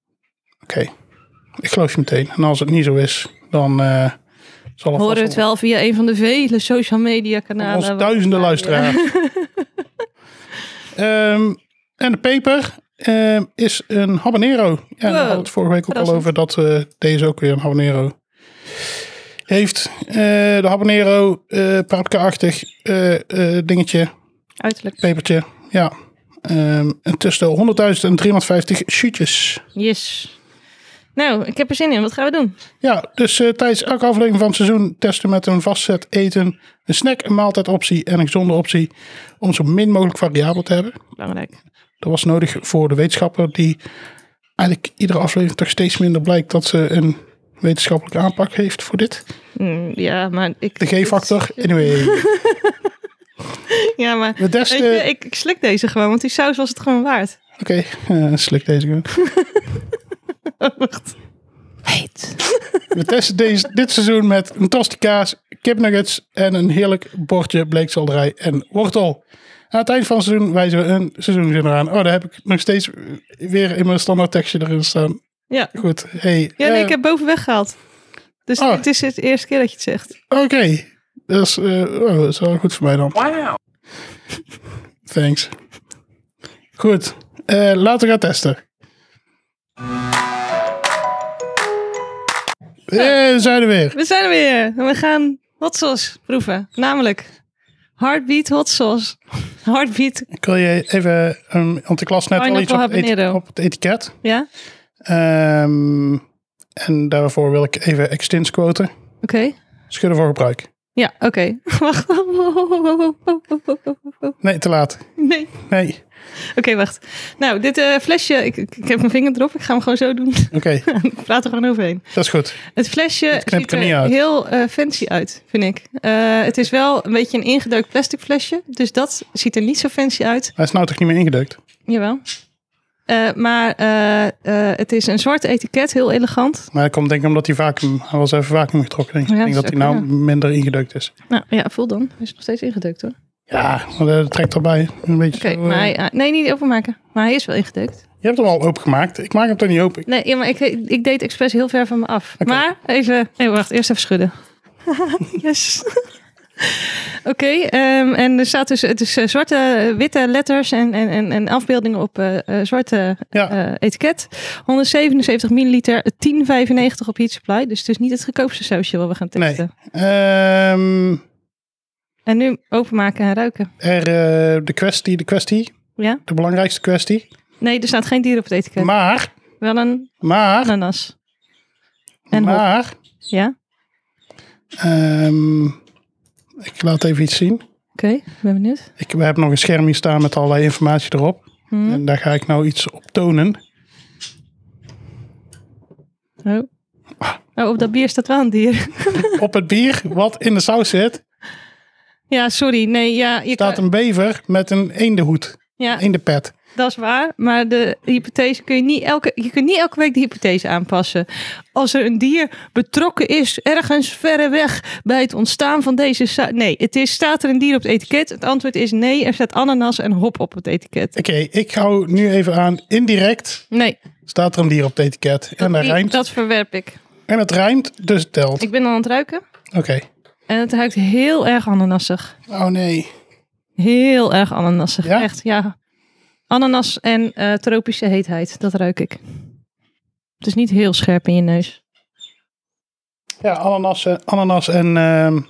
Speaker 1: Ik geloof je meteen. En als het niet zo is, dan eh zal
Speaker 2: We
Speaker 1: het
Speaker 2: horen het
Speaker 1: vast wel
Speaker 2: wel via een van de vele social media
Speaker 1: van
Speaker 2: kanalen.
Speaker 1: onze
Speaker 2: waar-
Speaker 1: duizenden
Speaker 2: Ja.
Speaker 1: luisteraars. Ehm, en de peper ehm, is een habanero. Ja, we
Speaker 2: Wow.
Speaker 1: hadden het vorige week ook al
Speaker 2: Verrassend.
Speaker 1: over dat eh, deze ook weer een habanero heeft. Eh, de habanero, eh paprika-achtig eh, eh, dingetje.
Speaker 2: Uiterlijk.
Speaker 1: Pepertje, ja. Ehm, en tussen de 100.000 en 350 shootjes.
Speaker 2: Yes. Nou, ik heb er zin in. Wat gaan we doen?
Speaker 1: Ja, dus eh, tijdens elke aflevering van het seizoen testen we met een vast set eten, een snack, een maaltijdoptie en een gezonde optie om zo min mogelijk variabel te hebben.
Speaker 2: Belangrijk.
Speaker 1: Dat was nodig voor de wetenschapper die eigenlijk iedere aflevering toch steeds minder blijkt dat ze een wetenschappelijke aanpak heeft voor dit.
Speaker 2: Mm, ja, maar ik...
Speaker 1: De G-factor, anyway.
Speaker 2: Ja, maar...
Speaker 1: We
Speaker 2: Weet
Speaker 1: testen...
Speaker 2: je,
Speaker 1: Oké,
Speaker 2: ik, ik slik deze gewoon, want die saus was het gewoon waard.
Speaker 1: eh, slik deze gewoon.
Speaker 2: Heet.
Speaker 1: We testen deze, dit seizoen met een tosti kaas, kipnuggets en een heerlijk bordje bleekselderij en wortel. Aan het eind van het seizoen wijzen we een seizoenswinnaar aan. Oh, daar heb ik nog steeds weer in mijn standaard tekstje erin staan.
Speaker 2: Ja.
Speaker 1: Goed, hey.
Speaker 2: Ja, nee,
Speaker 1: eh,
Speaker 2: ik heb bovenweg gehaald. Dus
Speaker 1: Oh.
Speaker 2: het is de eerste keer dat je het zegt.
Speaker 1: Oké, dat, is, eh, oh, dat is wel goed voor mij dan.
Speaker 3: Wow.
Speaker 1: Thanks. Goed, eh, laten we gaan testen. Eh, we zijn er weer.
Speaker 2: We zijn er weer. En we gaan hot sauce proeven. Namelijk Heartbeat hot sauce. Heartbeat,
Speaker 1: Ik wil je even, um, want ik las net al iets op het,
Speaker 2: Pineapple
Speaker 1: eti-
Speaker 2: habanero.
Speaker 1: op het etiket.
Speaker 2: ja?
Speaker 1: Ehm, en daarvoor wil ik even extins quoten.
Speaker 2: Oké.
Speaker 1: Schudden voor gebruik.
Speaker 2: Ja, oké. Wacht.
Speaker 1: Nee, te laat.
Speaker 2: Nee. Oké,
Speaker 1: Nee.
Speaker 2: wacht. Nou, dit eh, flesje... Ik, ik ik heb mijn vinger erop. Ik ga hem gewoon zo doen.
Speaker 1: Oké,
Speaker 2: Ik praat er gewoon overheen.
Speaker 1: dat is goed.
Speaker 2: Het flesje
Speaker 1: knip
Speaker 2: ziet
Speaker 1: er
Speaker 2: er
Speaker 1: niet uit.
Speaker 2: heel eh, fancy uit, vind ik. Eh, het is wel een beetje een ingedeukt plastic flesje. Dus dat ziet er niet zo fancy uit.
Speaker 1: Hij is nou toch niet meer ingedrukt?
Speaker 2: Jawel. Eh, maar eh, eh, het is een zwart etiket, heel elegant.
Speaker 1: Maar dat komt denk ik omdat hij vacuüm, hij was even vacuüm getrokken. denk Ik
Speaker 2: Ja,
Speaker 1: Ik denk dat
Speaker 2: dat
Speaker 1: hij
Speaker 2: zou
Speaker 1: nou
Speaker 2: kunnen.
Speaker 1: minder ingedrukt is.
Speaker 2: Nou ja, voel dan. Hij is nog steeds ingedeukt hoor.
Speaker 1: Ja, maar dat trekt erbij. Een beetje
Speaker 2: Oké,
Speaker 1: zo, eh,
Speaker 2: maar hij, ah, nee, niet openmaken. Maar hij is wel ingedeukt.
Speaker 1: Je hebt hem al opengemaakt. Ik maak hem toch niet open.
Speaker 2: Nee, ja, maar ik, ik deed expres heel ver van me af.
Speaker 1: Oké.
Speaker 2: Maar even, nee, wacht, eerst even schudden. yes. Oké, ehm, en er staat dus, het is eh, zwarte, eh, witte letters en, en, en, en afbeeldingen op eh, eh, zwarte
Speaker 1: Ja.
Speaker 2: eh, etiket. 177 milliliter, 10,95 op Heat Supply. Dus het is niet het goedkoopste sausje wat we gaan
Speaker 1: Nee.
Speaker 2: testen.
Speaker 1: Ehm,
Speaker 2: En nu openmaken en ruiken.
Speaker 1: er, eh, de kwestie, de kwestie.
Speaker 2: Ja?
Speaker 1: De belangrijkste kwestie.
Speaker 2: Nee, er staat geen dier op het etiket.
Speaker 1: Maar,
Speaker 2: Wel een
Speaker 1: maar,
Speaker 2: ananas. En hop.
Speaker 1: maar.
Speaker 2: Ja?
Speaker 1: ehm, ik laat even iets zien.
Speaker 2: Oké, ik ben benieuwd.
Speaker 1: Ik heb nog een scherm hier staan met allerlei informatie erop.
Speaker 2: Hmm.
Speaker 1: En daar ga ik nou iets op tonen.
Speaker 2: Oh.
Speaker 1: Ah.
Speaker 2: oh, op dat bier staat wel een dier.
Speaker 1: Op het bier wat in de saus zit,
Speaker 2: Ja, sorry. Nee, ja, je
Speaker 1: staat
Speaker 2: kan-
Speaker 1: een bever met een eendenhoed,
Speaker 2: ja,
Speaker 1: eendenpet.
Speaker 2: Dat is waar, maar de hypothese kun je niet elke, je kunt niet elke week de hypothese aanpassen. Als er een dier betrokken is, ergens verre weg bij het ontstaan van deze. sa- Nee, het is, staat er een dier op het etiket? Het antwoord is nee, er staat ananas en hop op het etiket.
Speaker 1: Oké, ik hou nu even aan. Indirect
Speaker 2: Nee,
Speaker 1: staat er een dier op het etiket. En dat,
Speaker 2: dat,
Speaker 1: rijmt.
Speaker 2: dat verwerp ik.
Speaker 1: En het rijmt, dus het telt.
Speaker 2: Ik ben al aan het ruiken
Speaker 1: Oké.
Speaker 2: en het ruikt heel erg ananassig.
Speaker 1: Oh nee.
Speaker 2: Heel erg ananassig,
Speaker 1: Ja?
Speaker 2: echt, ja. Ananas en eh, tropische heetheid, dat ruik ik. Het is niet heel scherp in je neus.
Speaker 1: Ja, ananas, en- ananas en ehm,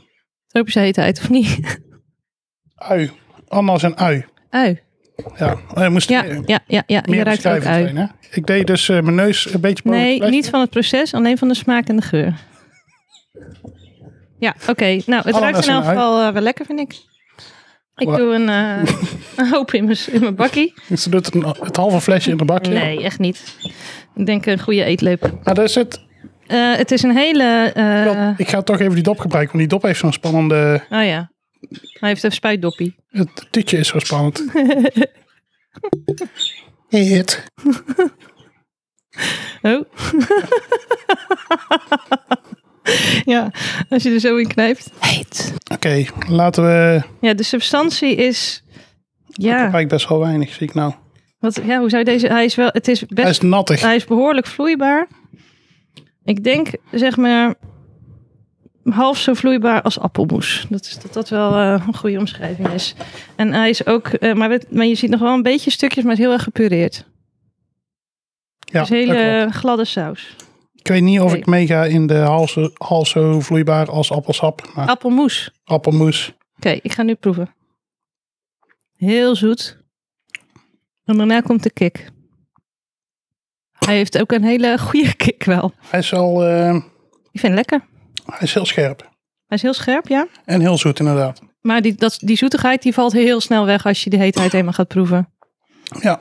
Speaker 2: Tropische heetheid, of niet?
Speaker 1: ui. Ananas en ui.
Speaker 2: Ui.
Speaker 1: Ja, eh, moest
Speaker 2: Ja,
Speaker 1: meer,
Speaker 2: ja, ja, ja. je
Speaker 1: meer
Speaker 2: ruikt er ook
Speaker 1: beschrijvend
Speaker 2: uit.
Speaker 1: zijn. Hè? Ik deed dus eh, mijn neus een beetje boven het
Speaker 2: Nee,
Speaker 1: plastic.
Speaker 2: niet van het proces, alleen van de smaak en de geur. Ja, oké. Nou, het
Speaker 1: Ananas
Speaker 2: ruikt in
Speaker 1: en
Speaker 2: elk
Speaker 1: ui.
Speaker 2: geval eh, wel lekker, vind ik. Ik
Speaker 1: Wa-
Speaker 2: doe een, eh, een hoop in mijn- in mijn bakkie.
Speaker 1: Ze doet een, het halve flesje in de bakje.
Speaker 2: Nee, echt niet. Ik denk een goede eetlepel.
Speaker 1: Maar daar zit,
Speaker 2: Eh, het is een hele... eh,
Speaker 1: wel, ik ga toch even die dop gebruiken, want die dop heeft zo'n spannende...
Speaker 2: Oh ja. Hij heeft een spuitdoppie.
Speaker 1: Het tutje is zo spannend. Hit.
Speaker 2: Oh. ja, als je er zo in knijpt. Heet.
Speaker 1: Oké, laten we...
Speaker 2: Ja, de substantie is...
Speaker 1: Ik
Speaker 2: Ja,
Speaker 1: gebruik best wel weinig, zie ik nou.
Speaker 2: wat, ja hoe zou je deze... Hij is wel... Het is
Speaker 1: Hij
Speaker 2: best...
Speaker 1: is nattig.
Speaker 2: Hij is behoorlijk vloeibaar. Ik denk, zeg maar... Half zo vloeibaar als appelmoes. Dat is dat, dat wel eh, een goede omschrijving is. En hij is ook, eh, maar, we- maar je ziet nog wel een beetje stukjes, maar het is heel erg gepureerd.
Speaker 1: Ja,
Speaker 2: dus
Speaker 1: dat klopt.
Speaker 2: hele gladde saus.
Speaker 1: Ik weet niet of
Speaker 2: Nee.
Speaker 1: ik meega in de hals, hals zo vloeibaar als appelsap. Maar
Speaker 2: Appelmoes.
Speaker 1: appelmoes.
Speaker 2: Oké, ik ga nu proeven. Heel zoet. En daarna komt de kick. Hij heeft ook een hele goede kick wel.
Speaker 1: Hij is, al, eh,
Speaker 2: Ik vind het lekker.
Speaker 1: hij is heel scherp.
Speaker 2: Hij is heel scherp, ja.
Speaker 1: En heel zoet inderdaad.
Speaker 2: Maar die, dat, die zoetigheid die valt heel snel weg als je de heetheid helemaal gaat proeven.
Speaker 1: Ja,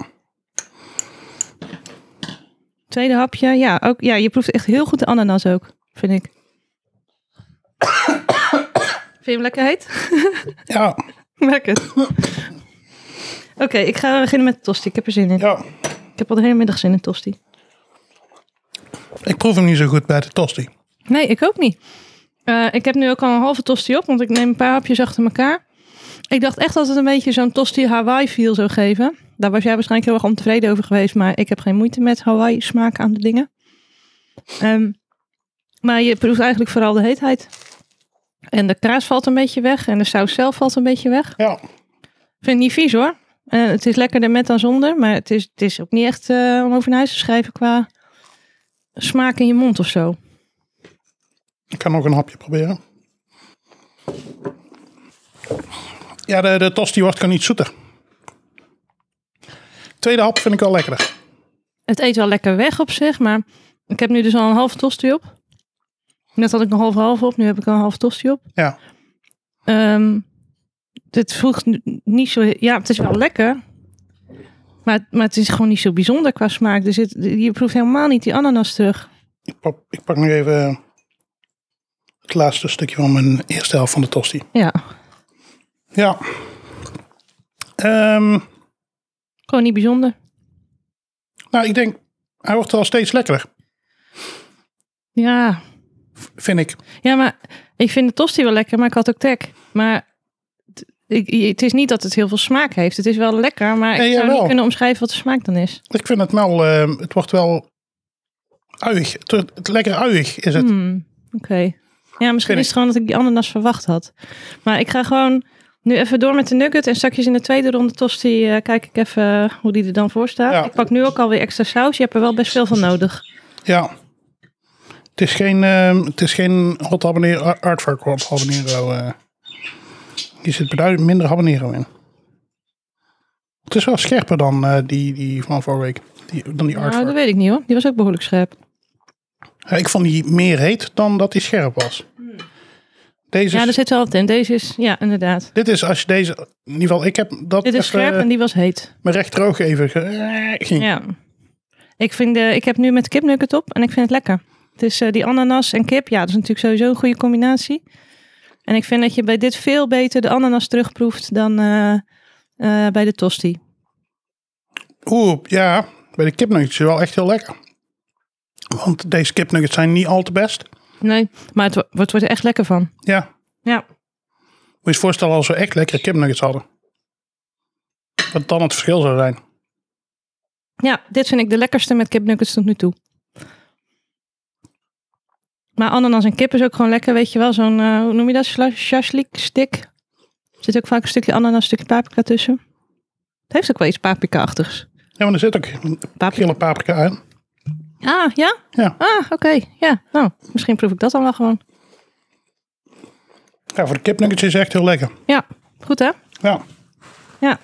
Speaker 2: Tweede hapje, ja, ook, ja, je proeft echt heel goed de ananas ook, vind ik. vind je hem lekker heet?
Speaker 1: ja,
Speaker 2: Merk het. Oké, ik ga beginnen met de tosti. Ik heb er zin in.
Speaker 1: ja.
Speaker 2: Ik heb al de hele middag zin in tosti.
Speaker 1: Ik proef hem niet zo goed bij de tosti.
Speaker 2: Nee, ik ook niet. Eh, ik heb nu ook al een halve tosti op, want ik neem een paar hapjes achter elkaar. Ik dacht echt dat het een beetje zo'n tosti Hawaii feel zou geven. Daar was jij waarschijnlijk heel erg ontevreden over geweest, maar ik heb geen moeite met Hawaii smaak aan de dingen. Ehm, maar je proeft eigenlijk vooral de heetheid. En de kaas valt een beetje weg en de saus zelf valt een beetje weg.
Speaker 1: Ja,
Speaker 2: Ik vind het niet vies hoor. Eh, het is lekkerder met dan zonder, maar het is, het is ook niet echt eh, om over naar huis te schrijven qua smaak in je mond of zo.
Speaker 1: ik kan nog een hapje proberen. Ja, de, de tosti wordt gewoon iets zoeter. Tweede hap vind ik wel lekkerder.
Speaker 2: het eet wel lekker weg op zich, maar ik heb nu dus al een halve tosti op. Net had ik nog half half op, nu heb ik al een halve tosti op.
Speaker 1: Ja,
Speaker 2: Ehm, dit voegt n- niet zo... Ja, het is wel lekker, maar, maar het is gewoon niet zo bijzonder qua smaak. Dus het, je proeft helemaal niet die ananas terug.
Speaker 1: ik pak, ik pak nog even het laatste stukje van mijn eerste helft van de tosti.
Speaker 2: Ja,
Speaker 1: Ja. Ehm,
Speaker 2: gewoon niet bijzonder.
Speaker 1: nou, ik denk, hij wordt wel steeds lekkerder,
Speaker 2: Ja,
Speaker 1: vind ik.
Speaker 2: Ja, maar ik vind de tosti wel lekker, maar ik had ook tek. Maar t- ik- je- het is niet dat het heel veel smaak heeft. Het is wel lekker, maar ik
Speaker 1: Nee,
Speaker 2: zou
Speaker 1: jawel.
Speaker 2: niet kunnen omschrijven wat de smaak dan is.
Speaker 1: Ik vind het wel, ehm, het wordt wel uig. Het, wordt- het lekker uig is het.
Speaker 2: Hmm, Oké. Ja, misschien
Speaker 1: Vind
Speaker 2: is het gewoon dat ik die ananas verwacht had. Maar ik ga gewoon nu even door met de nugget. En straks in de tweede ronde tosti eh, kijk ik even eh, hoe die er dan voor staat.
Speaker 1: Ja.
Speaker 2: Ik pak nu ook alweer extra saus. Je hebt er wel best veel van nodig.
Speaker 1: Ja. Het is geen, ehm, het is geen hot habanero, artwork hot habanero. eh. Hier zit beduidend minder habanero in. Het is wel scherper dan eh, die, die van vorige week. Die, dan die
Speaker 2: Nou, dat
Speaker 1: artwork.
Speaker 2: weet ik niet hoor. Die was ook behoorlijk scherp.
Speaker 1: Ja, ik vond die meer heet dan dat die scherp was. Deze
Speaker 2: Hmm. Ja, dus-
Speaker 1: is-
Speaker 2: er zit wel wat in. Deze is, ja, inderdaad.
Speaker 1: Dit is als je deze... In ieder geval, ik heb dat
Speaker 2: Dit is
Speaker 1: even,
Speaker 2: scherp en die was heet.
Speaker 1: mijn rechteroog even... ge- eh, ging.
Speaker 2: Ja. Ik, vind, eh, ik heb nu met kip nugget op en ik vind het lekker. Het is eh, die ananas en kip. Ja, dat is natuurlijk sowieso een goede combinatie. En ik vind dat je bij dit veel beter de ananas terugproeft dan eh, eh, bij de tosti.
Speaker 1: Oeh, ja. Bij de kipnuggets is wel echt heel lekker. Want deze kipnuggets zijn niet al te best.
Speaker 2: Nee, maar het, wo- het wordt er echt lekker van.
Speaker 1: Ja. Moet
Speaker 2: Ja.
Speaker 1: je eens voorstellen als we echt lekkere kipnuggets hadden. Wat dan het verschil zou zijn.
Speaker 2: ja, dit vind ik de lekkerste met kipnuggets tot nu toe. Maar ananas en kip is ook gewoon lekker, weet je wel. Zo'n, eh, hoe noem je dat, Sla- shashlik stick. Er zit ook vaak een stukje ananas, een stukje paprika tussen. Het heeft ook wel iets paprika-achtigs.
Speaker 1: Ja, maar er zit ook
Speaker 2: Paprika.
Speaker 1: gele paprika in.
Speaker 2: Ah, ja?
Speaker 1: Ja.
Speaker 2: Ah, oké. Ja, nou, misschien proef ik dat dan wel gewoon.
Speaker 1: Ja, voor de kipnuggets is het echt heel lekker.
Speaker 2: Ja, goed hè?
Speaker 1: Ja.
Speaker 2: Ja.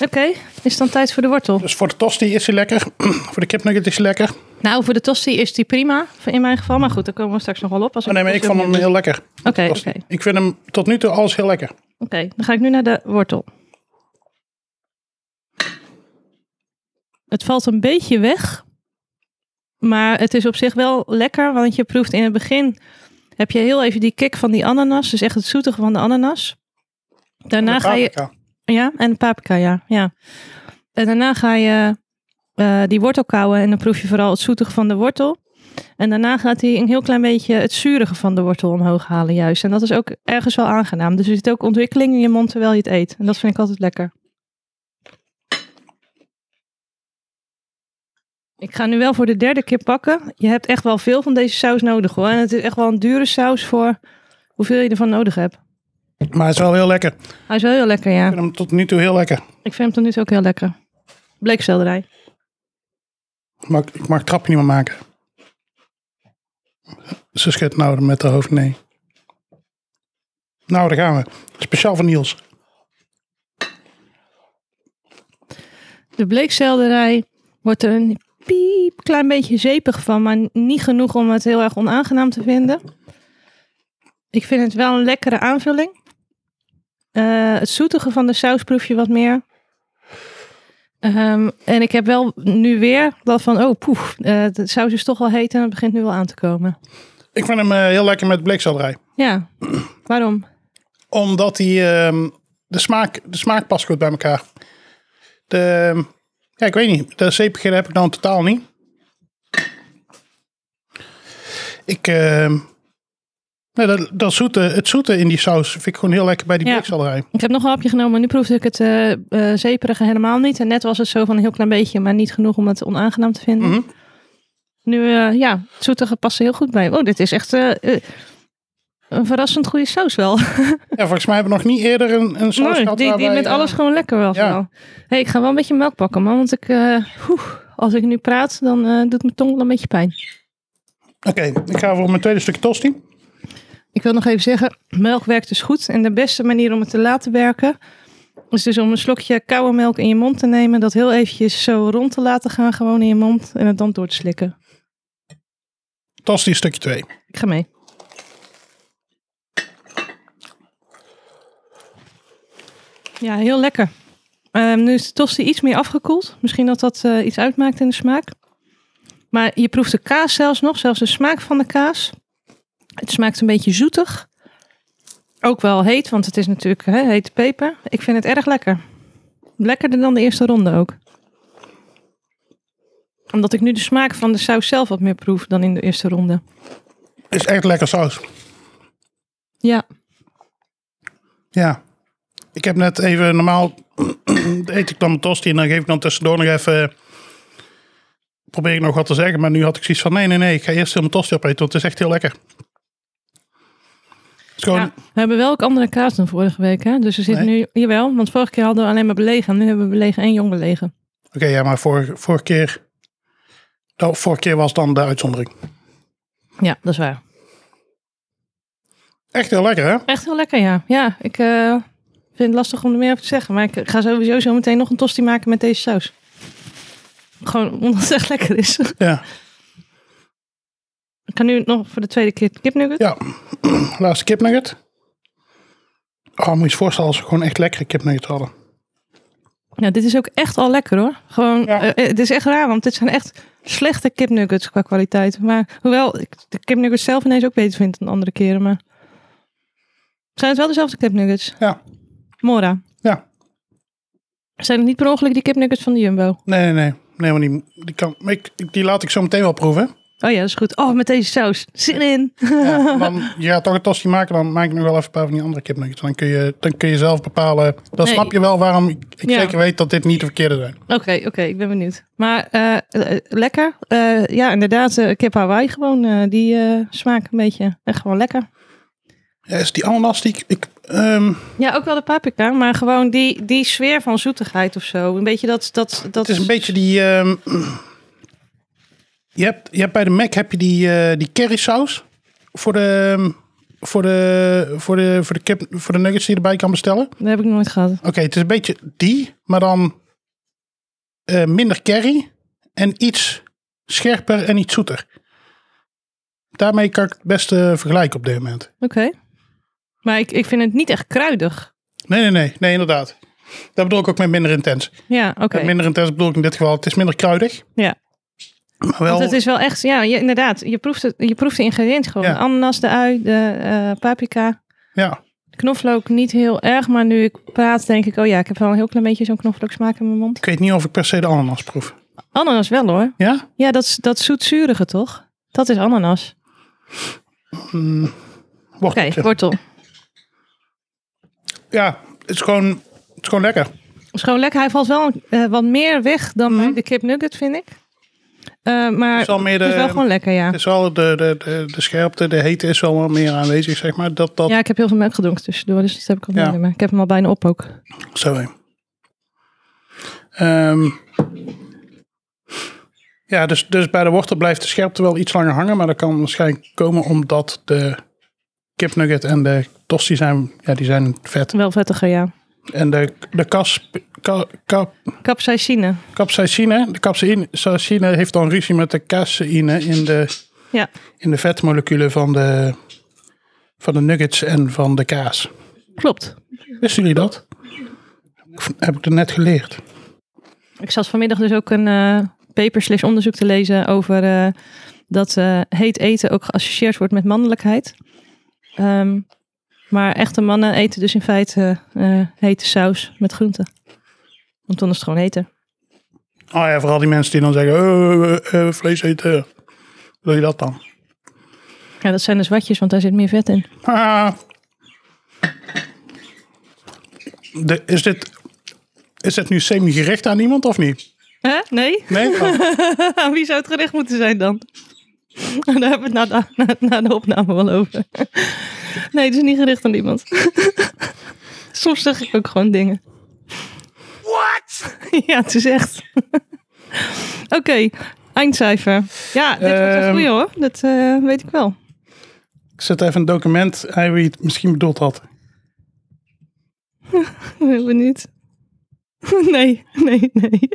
Speaker 2: Oké, is het dan tijd voor de wortel?
Speaker 1: Dus voor de tosti is hij lekker. voor de kipnugget is hij lekker.
Speaker 2: Nou, voor de tosti is die prima, in mijn geval. Maar goed, daar komen we straks nog wel op. Als
Speaker 1: Maar Ah, Oh, nee, maar ik vond hem heel lekker.
Speaker 2: Oké,
Speaker 1: Tosti.
Speaker 2: oké. Nou,
Speaker 1: Ik vind hem tot nu toe alles heel lekker.
Speaker 2: Oké, dan ga ik nu naar de wortel. Het valt een beetje weg. Maar het is op zich wel lekker, want je proeft in het begin... heb je heel even die kick van die ananas. Dus echt het zoetige van de ananas. Daarna
Speaker 1: De
Speaker 2: ga je...
Speaker 1: paprika.
Speaker 2: Ja, en paprika, ja. ja. En daarna ga je eh, die wortel kauwen en dan proef je vooral het zoetige van de wortel. En daarna gaat hij een heel klein beetje het zurige van de wortel omhoog halen juist. En dat is ook ergens wel aangenaam. Dus er zit ook ontwikkeling in je mond terwijl je het eet. En dat vind ik altijd lekker. Ik ga nu wel voor de derde keer pakken. Je hebt echt wel veel van deze saus nodig hoor. En het is echt wel een dure saus voor hoeveel je ervan nodig hebt.
Speaker 1: Maar het is wel heel lekker. Ik
Speaker 2: Hij is wel heel lekker, ja.
Speaker 1: vind hem tot nu toe heel lekker.
Speaker 2: Ik vind hem tot nu toe ook heel lekker. Bleekselderij.
Speaker 1: Maar ik- ik mag het grapje niet meer maken. Ze schudt nou met haar hoofd nee. Nou, daar gaan we. Speciaal voor Niels.
Speaker 2: De bleekselderij wordt er een piep klein beetje zeepig van, maar niet genoeg om het heel erg onaangenaam te vinden. Ik vind het wel een lekkere aanvulling. Eh, het zoetige van de saus proef je wat meer. Ehm, en ik heb wel nu weer dat van, oh poef, eh, de saus is toch wel heet en het begint nu wel aan te komen.
Speaker 1: Ik vind hem eh, heel lekker met bleekselderij.
Speaker 2: Ja, waarom?
Speaker 1: Omdat die, ehm, de, smaak, de smaak past goed bij elkaar. De, ehm, ja, ik weet niet. De zeepigheid heb ik dan totaal niet. Ik, ehm, nee, dat, dat zoete, het zoete in die saus vind ik gewoon heel lekker bij die
Speaker 2: Ja.
Speaker 1: bleekselderij.
Speaker 2: Ik heb nog een hapje genomen, maar nu proefde ik het eh eh, zeperige helemaal niet. En net was het zo van een heel klein beetje, maar niet genoeg om het onaangenaam te vinden.
Speaker 1: Mhm.
Speaker 2: Nu, eh, ja, het zoetige past er heel goed bij. Oh, dit is echt eh, eh, een verrassend goede saus wel.
Speaker 1: Ja, volgens mij hebben we nog niet eerder een, een saus
Speaker 2: Mooi,
Speaker 1: gehad
Speaker 2: die, die
Speaker 1: waarbij,
Speaker 2: met
Speaker 1: eh,
Speaker 2: alles gewoon lekker wel.
Speaker 1: ja.
Speaker 2: Hé, hey, ik ga wel een beetje melk pakken, man. Want ik, eh, oeh, als ik nu praat, dan eh, doet mijn tong wel een beetje pijn.
Speaker 1: Oké, ik ga voor mijn tweede stuk tosti.
Speaker 2: Ik wil nog even zeggen, melk werkt dus goed. En de beste manier om het te laten werken... is dus om een slokje koude melk in je mond te nemen... dat heel eventjes zo rond te laten gaan gewoon in je mond... en het dan door te slikken.
Speaker 1: Tosti stukje 2.
Speaker 2: Ik ga mee. Ja, heel lekker. Ehm, nu is de tosti iets meer afgekoeld. Misschien dat dat eh, iets uitmaakt in de smaak. Maar je proeft de kaas zelfs nog, zelfs de smaak van de kaas. Het smaakt een beetje zoetig. Ook wel heet, want het is natuurlijk hè, hete peper. Ik vind het erg lekker. Lekkerder dan de eerste ronde ook. Omdat ik nu de smaak van de saus zelf wat meer proef dan in de eerste ronde.
Speaker 1: Is echt lekker saus.
Speaker 2: Ja,
Speaker 1: Ja. Ik heb net even normaal eet ik dan mijn tosti en dan geef ik dan tussendoor nog even eh, probeer ik nog wat te zeggen, maar nu had ik zoiets van: nee, nee, nee, ik ga eerst heel mijn tosti opeten, want het is echt heel lekker. Het is gewoon,
Speaker 2: Ja, we hebben wel ook andere kaas dan vorige week. Hè? Dus we zitten nu, jawel, want vorige keer hadden we alleen maar belegen. En nu hebben we belegen en jong belegen.
Speaker 1: oké, ja, maar vorige, vorige keer. Nou, vorige keer was dan de uitzondering.
Speaker 2: Ja, dat is waar.
Speaker 1: Echt heel lekker, hè?
Speaker 2: Echt heel lekker, ja. Ja, ik eh, vind het lastig om er meer over te zeggen. Maar ik ga sowieso zo meteen nog een tosti maken met deze saus. Gewoon omdat het echt lekker is.
Speaker 1: Ja.
Speaker 2: ik ga nu nog voor de tweede keer kipnugget.
Speaker 1: Ja, laatste kipnugget. Oh, moet je eens voorstellen als we gewoon echt lekkere kipnuggets hadden.
Speaker 2: Ja, dit is ook echt al lekker hoor. Gewoon,
Speaker 1: Ja.
Speaker 2: eh, eh, het is echt raar, want dit zijn echt slechte kipnuggets qua kwaliteit. Maar hoewel ik de kipnuggets zelf ineens ook beter vind dan andere keren. Maar zijn het wel dezelfde kipnuggets?
Speaker 1: Ja.
Speaker 2: Mora.
Speaker 1: Ja,
Speaker 2: Zijn het niet per ongeluk die kipnuggets van de Jumbo?
Speaker 1: nee, nee, nee. Nee, maar die, die, kan, ik, die laat ik zo meteen wel proeven.
Speaker 2: Oh ja, dat is goed. Oh, met deze saus. Zin in.
Speaker 1: Ja, en dan, je gaat toch een tosti maken, dan maak ik nog wel even een paar van die andere kipnuggets. Dan kun je, dan kun je zelf bepalen. Dan
Speaker 2: Nee.
Speaker 1: snap je wel waarom ik, ik
Speaker 2: Ja.
Speaker 1: zeker weet dat dit niet de verkeerde zijn.
Speaker 2: Oké, oké, ik ben benieuwd. Maar eh, eh, lekker. Eh, ja, inderdaad. eh, kip Hawaii gewoon. eh, die eh, smaak een beetje. En gewoon lekker.
Speaker 1: Ja, is die ananas die ik... ik ehm,
Speaker 2: Ja, ook wel de paprika. Maar gewoon die, die sfeer van zoetigheid of zo. Een beetje dat... dat, dat
Speaker 1: het is een beetje die... ehm, je, hebt, je hebt bij de Mac heb je die, eh, die currysaus voor de... ehm, Voor de, voor, de, voor, de kip, voor de nuggets die je erbij kan bestellen.
Speaker 2: Dat heb ik nog nooit gehad.
Speaker 1: Oké, het is een beetje die, maar dan eh, minder curry en iets scherper en iets zoeter. Daarmee kan ik het beste vergelijken op dit moment.
Speaker 2: Oké. Maar ik, ik vind het niet echt kruidig.
Speaker 1: Nee, nee, nee, nee, inderdaad. Dat bedoel ik ook met minder intens.
Speaker 2: Ja, oké.
Speaker 1: Met minder intens bedoel ik in dit geval, het is minder kruidig.
Speaker 2: Ja.
Speaker 1: Maar
Speaker 2: Want
Speaker 1: wel,
Speaker 2: het is wel echt... Ja, je, inderdaad. Je proeft, het, je proeft de ingrediënten gewoon.
Speaker 1: Ja.
Speaker 2: De ananas, de ui, de eh, paprika.
Speaker 1: ja,
Speaker 2: Knoflook niet heel erg. Maar nu ik praat denk ik... Oh ja, ik heb wel een heel klein beetje zo'n knoflooksmaak in mijn mond.
Speaker 1: ik weet niet of ik per se de ananas proef.
Speaker 2: Ananas wel hoor.
Speaker 1: Ja?
Speaker 2: Ja, dat, is- dat zoetzurige toch? Dat is ananas.
Speaker 1: Wordt,
Speaker 2: Oké, wortel.
Speaker 1: Ja, het is, gewoon, het is gewoon lekker.
Speaker 2: Is gewoon lekker. Hij valt wel eh, wat meer weg dan
Speaker 1: Mhm.
Speaker 2: bij de kip nugget, vind ik. Eh, maar
Speaker 1: Het is wel meer de-
Speaker 2: het is wel gewoon lekker, ja.
Speaker 1: Het is wel de, de, de, de scherpte, de hete is wel wat meer aanwezig, zeg maar. Dat, dat,
Speaker 2: Ja, ik heb heel veel melk gedronken tussendoor, dus dat heb ik al
Speaker 1: Ja.
Speaker 2: ja. Ik heb hem al bijna op ook.
Speaker 1: Sorry. Ehm ja, dus, dus bij de wortel blijft de scherpte wel iets langer hangen. Maar dat kan waarschijnlijk komen omdat de kipnugget en de tosti zijn, ja, die zijn vet.
Speaker 2: Wel vettiger, ja.
Speaker 1: En de, de kas, ka, ka,
Speaker 2: Capsaicine.
Speaker 1: capsaicine, de capsaicine heeft dan ruzie met de caseïne in de,
Speaker 2: Ja.
Speaker 1: in de vetmoleculen van de, van de nuggets en van de kaas.
Speaker 2: Klopt.
Speaker 1: Wisten jullie dat? Heb ik er net geleerd.
Speaker 2: Ik zat vanmiddag dus ook een eh, paper slash onderzoek te lezen over eh, dat eh, heet eten ook geassocieerd wordt met mannelijkheid. Ehm, maar echte mannen eten dus in feite eh, hete saus met groenten. Want dan is het gewoon eten.
Speaker 1: Oh ja, vooral die mensen die dan zeggen, eh, eh, eh, vlees eten. Wil je dat dan?
Speaker 2: Ja, dat zijn de watjes, want daar zit meer vet in.
Speaker 1: Ah. De, is, dit, is dit nu semi-gericht aan iemand of niet?
Speaker 2: Hè? Nee?
Speaker 1: Nee? Oh,
Speaker 2: Aan wie zou het gericht moeten zijn dan? Nou, Daar hebben we het na de, na, na de opname wel over. Nee, het is niet gericht aan iemand. Soms zeg ik ook gewoon dingen. What? Ja, het is echt. Oké, eindcijfer. Ja, dit wordt een
Speaker 1: Ehm.
Speaker 2: goeie hoor. Dat eh, weet ik wel.
Speaker 1: ik zet even een document aan wie het misschien bedoeld had.
Speaker 2: Ik ben benieuwd. Nee, nee, nee.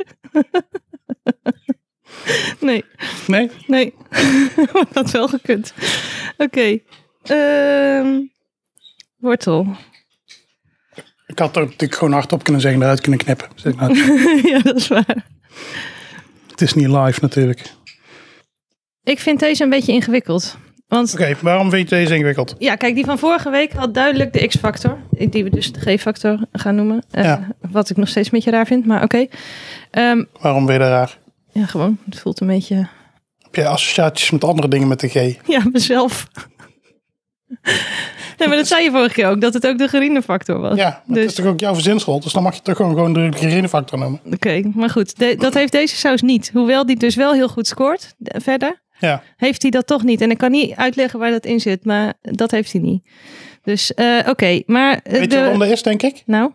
Speaker 2: Nee.
Speaker 1: Nee?
Speaker 2: Nee, dat is wel gekund. Oké. Ehm, wortel.
Speaker 1: Ik had er natuurlijk gewoon hardop kunnen zeggen, eruit kunnen knippen. Zeg ik nou,
Speaker 2: ja, dat is waar.
Speaker 1: het is niet live natuurlijk. Oké,
Speaker 2: Ik vind deze een beetje ingewikkeld. Want
Speaker 1: waarom vind je deze ingewikkeld?
Speaker 2: ja, kijk, die van vorige week had duidelijk de X-factor. Die we dus de G-factor gaan noemen. Eh,
Speaker 1: Ja.
Speaker 2: Wat ik nog steeds een beetje raar vind, maar oké. Ehm,
Speaker 1: Waarom weer raar?
Speaker 2: ja, gewoon. Het voelt een beetje...
Speaker 1: Heb je associaties met andere dingen met de G?
Speaker 2: Ja, mezelf. Nee, maar dat zei je vorige keer ook, dat het ook de gerindefactor was.
Speaker 1: Ja, maar het
Speaker 2: dus,
Speaker 1: is toch ook jouw verzinsel. Dus dan mag je het toch gewoon, gewoon de gerindefactor noemen.
Speaker 2: oké. Maar goed, de- dat heeft deze saus niet. Hoewel die dus wel heel goed scoort, de- verder,
Speaker 1: Ja.
Speaker 2: heeft hij dat toch niet. En ik kan niet uitleggen waar dat in zit, maar dat heeft hij niet. Dus, eh, oké. Maar, eh,
Speaker 1: Weet
Speaker 2: de-
Speaker 1: je waarom dat is, denk ik?
Speaker 2: Nou,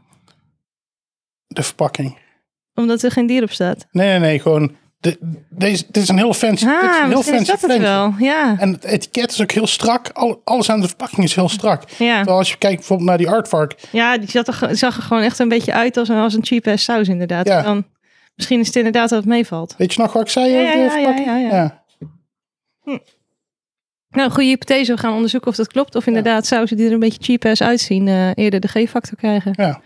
Speaker 1: De verpakking.
Speaker 2: omdat er geen dier op staat.
Speaker 1: Nee, nee, nee. Gewoon, de, deze, dit is een heel fancy, dit is
Speaker 2: Ah,
Speaker 1: een heel
Speaker 2: misschien
Speaker 1: fancy
Speaker 2: is dat het
Speaker 1: flensje.
Speaker 2: wel. Ja,
Speaker 1: En het etiket is ook heel strak. Al- Alles aan de verpakking is heel strak.
Speaker 2: ja.
Speaker 1: Terwijl als je kijkt bijvoorbeeld naar die artvark.
Speaker 2: ja die zat er, zag er gewoon echt een beetje uit als een, als een cheap ass saus inderdaad.
Speaker 1: Ja.
Speaker 2: Dan, misschien is het inderdaad dat het meevalt.
Speaker 1: Weet je nog wat ik zei?
Speaker 2: Ja,
Speaker 1: over
Speaker 2: ja,
Speaker 1: de
Speaker 2: ja, ja,
Speaker 1: verpakking?
Speaker 2: ja, ja. Nou, goede hypothese. We gaan onderzoeken of dat klopt. Of inderdaad sauzen die er een beetje cheap ass uitzien eh, eerder de G-factor krijgen.
Speaker 1: Ja.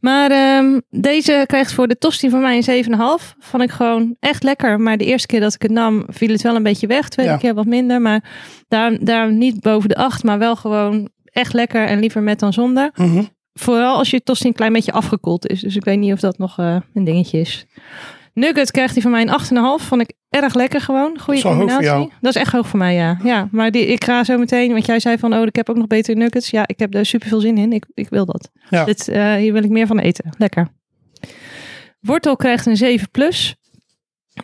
Speaker 2: Maar ehm, deze krijgt voor de tosti van mij een 7,5. Vond ik gewoon echt lekker. Maar de eerste keer dat ik het nam viel het wel een beetje weg. Tweede
Speaker 1: Ja.
Speaker 2: keer wat minder. Maar daarom, daarom niet boven de 8. Maar wel gewoon echt lekker en liever met dan zonder.
Speaker 1: Mhm.
Speaker 2: Vooral als je tosti een klein beetje afgekoeld is. Dus ik weet niet of dat nog eh, een dingetje is. Nugget krijgt hij van mij een 8,5. Vond ik erg lekker gewoon. Goede
Speaker 1: Dat is wel hoog voor
Speaker 2: combinatie.
Speaker 1: jou.
Speaker 2: Dat is echt hoog voor mij, ja. ja maar die, ik ga zo meteen, want jij zei van, oh, ik heb ook nog betere nuggets. Ja, ik heb daar super veel zin in. Ik, ik wil dat.
Speaker 1: Ja.
Speaker 2: Dit, eh, hier wil ik meer van eten. Lekker. Wortel krijgt een 7 plus.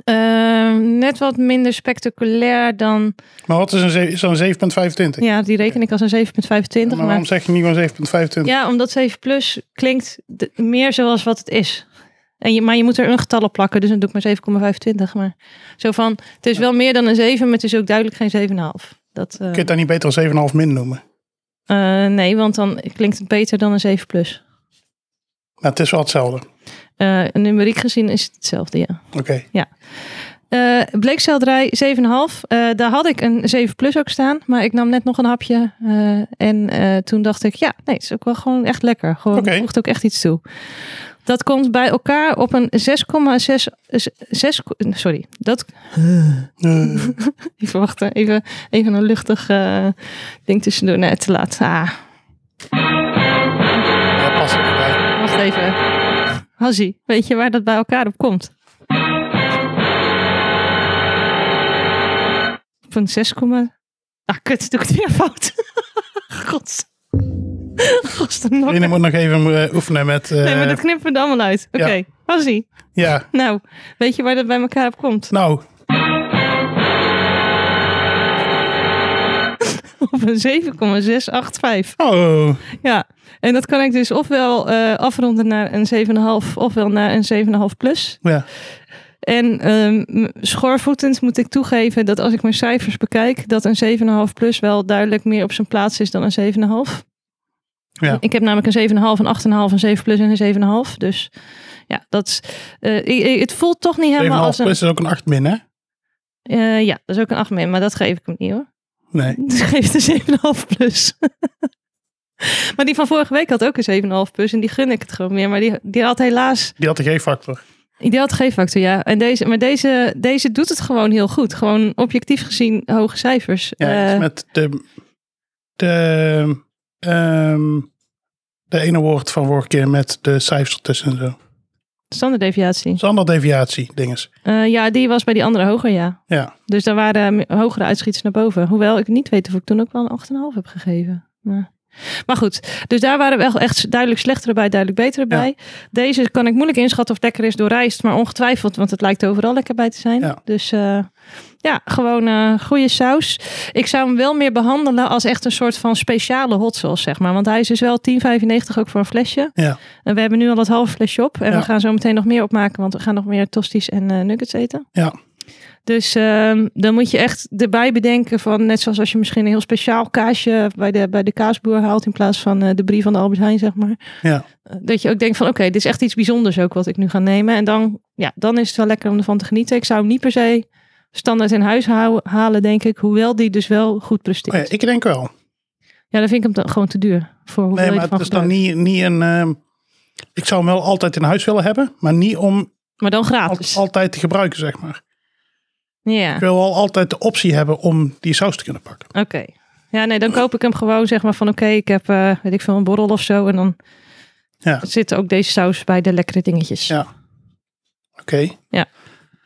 Speaker 2: Ehm, net wat minder spectaculair dan.
Speaker 1: Maar wat is een, ze- is dan een 7,25?
Speaker 2: Ja, die reken ik als een 7,25.
Speaker 1: maar
Speaker 2: maar
Speaker 1: waarom zeg je niet gewoon 7,25?
Speaker 2: ja, omdat 7 plus klinkt de- meer zoals wat het is. En je, maar je moet er een getal op plakken, dus dan doe ik maar 7,25. Maar zo van, het is wel meer dan een 7, maar het is ook duidelijk geen 7,5. Dat, eh,
Speaker 1: Kun je het dan niet beter een 7,5 min noemen?
Speaker 2: eh, nee, want dan klinkt het beter dan een 7 plus.
Speaker 1: Maar Nou, het is wel hetzelfde.
Speaker 2: Eh, numeriek gezien is het hetzelfde, ja.
Speaker 1: Oké.
Speaker 2: Eh bleekselderij 7,5. Eh, daar had ik een 7 plus ook staan, maar ik nam net nog een hapje. eh, en eh, toen dacht ik, ja, nee, het is ook wel gewoon echt lekker. Gewoon
Speaker 1: Oké.
Speaker 2: voegt ook echt iets toe. Dat komt bij elkaar op een 6,6. eh, zes- Sorry, dat.
Speaker 1: Eh,
Speaker 2: Even wachten, even, even een luchtig eh, ding tussendoor. Nee, te laat. Ah,
Speaker 1: ja, past er niet bij.
Speaker 2: wacht even. Hazzie, weet je waar dat bij elkaar op komt? Op een 6, ah kut, doe ik het weer fout. Gods. Godsternakke.
Speaker 1: Rina moet nog even eh, oefenen met... eh,
Speaker 2: Nee, maar dat knippen we er allemaal uit. Oké,
Speaker 1: ja.
Speaker 2: Hazzie.
Speaker 1: Ja,
Speaker 2: Nou, weet je waar dat bij elkaar op komt?
Speaker 1: nou,
Speaker 2: Op een 7,685.
Speaker 1: oh,
Speaker 2: Ja, en dat kan ik dus ofwel eh, afronden naar een 7,5 ofwel naar een 7,5 plus.
Speaker 1: ja,
Speaker 2: En ehm, m- schoorvoetend moet ik toegeven dat als ik mijn cijfers bekijk, dat een 7,5 plus wel duidelijk meer op zijn plaats is dan een 7,5.
Speaker 1: Ja.
Speaker 2: Ik heb namelijk een 7,5, een 8,5, een 7 plus en een 7,5. Dus ja, dat is, eh, i- i- het voelt toch niet
Speaker 1: 7,5
Speaker 2: helemaal als
Speaker 1: plus
Speaker 2: een...
Speaker 1: is ook een 8 min, hè?
Speaker 2: Eh, ja, dat is ook een 8 min, maar dat geef ik hem niet hoor.
Speaker 1: Nee.
Speaker 2: Dus geeft een 7,5 plus. maar die van vorige week had ook een 7,5 plus. En die gun ik het gewoon meer. Maar die, die had helaas.
Speaker 1: Die had de G-factor.
Speaker 2: Die had geen factor, ja. En deze, maar deze, deze doet het gewoon heel goed. Gewoon objectief gezien hoge cijfers.
Speaker 1: Ja,
Speaker 2: Eh,
Speaker 1: iets met de, de, ehm, de ene woord van vorige keer met de cijfers ertussen en zo.
Speaker 2: standaarddeviatie.
Speaker 1: Standaarddeviatie dinges.
Speaker 2: Eh, ja, die was bij die andere hoger, ja.
Speaker 1: Ja,
Speaker 2: Dus daar waren me- hogere uitschieters naar boven. Hoewel ik niet weet of ik toen ook wel een 8,5 heb gegeven. Maar, maar goed, dus daar waren wel echt duidelijk slechtere bij, duidelijk betere
Speaker 1: Ja.
Speaker 2: bij. Deze kan ik moeilijk inschatten of het lekker is door rijst, maar ongetwijfeld, want het lijkt overal lekker bij te zijn.
Speaker 1: Ja.
Speaker 2: Dus eh, ja, gewoon eh goede saus. Ik zou hem wel meer behandelen als echt een soort van speciale hot sauce, zeg maar. Want hij is dus wel 10,95 ook voor een flesje.
Speaker 1: ja.
Speaker 2: En we hebben nu al dat halve flesje op. En
Speaker 1: Ja.
Speaker 2: we gaan zo meteen nog meer opmaken, want we gaan nog meer tosties en eh, nuggets eten.
Speaker 1: Ja.
Speaker 2: Dus ehm, dan moet je echt erbij bedenken van, net zoals als je misschien een heel speciaal kaasje bij de, bij de kaasboer haalt in plaats van eh, de brie van de Albert Heijn, zeg maar.
Speaker 1: Ja.
Speaker 2: Eh, Dat je ook denkt van, oké, dit is echt iets bijzonders ook wat ik nu ga nemen. En dan, ja, dan is het wel lekker om ervan te genieten. Ik zou hem niet per se standaard in huis hou- halen, denk ik. Hoewel die dus wel goed presteert.
Speaker 1: Oh ja,
Speaker 2: ja,
Speaker 1: ik denk wel.
Speaker 2: dan vind ik hem dan gewoon te duur. Voor hoeveel
Speaker 1: Nee,
Speaker 2: je
Speaker 1: maar
Speaker 2: ervan
Speaker 1: het is dan
Speaker 2: gebruikt.
Speaker 1: niet, niet een... ehm, ik zou hem wel altijd in huis willen hebben, maar niet om
Speaker 2: Maar dan
Speaker 1: al-
Speaker 2: gratis.
Speaker 1: altijd te gebruiken, zeg maar.
Speaker 2: ja.
Speaker 1: Ik wil wel altijd de optie hebben om die saus te kunnen pakken.
Speaker 2: Oké. Ja, nee, dan koop ik hem gewoon zeg maar van oké, ik heb eh, weet ik veel een borrel of zo. En dan
Speaker 1: Ja.
Speaker 2: zit ook deze saus bij de lekkere dingetjes.
Speaker 1: Ja. Oké.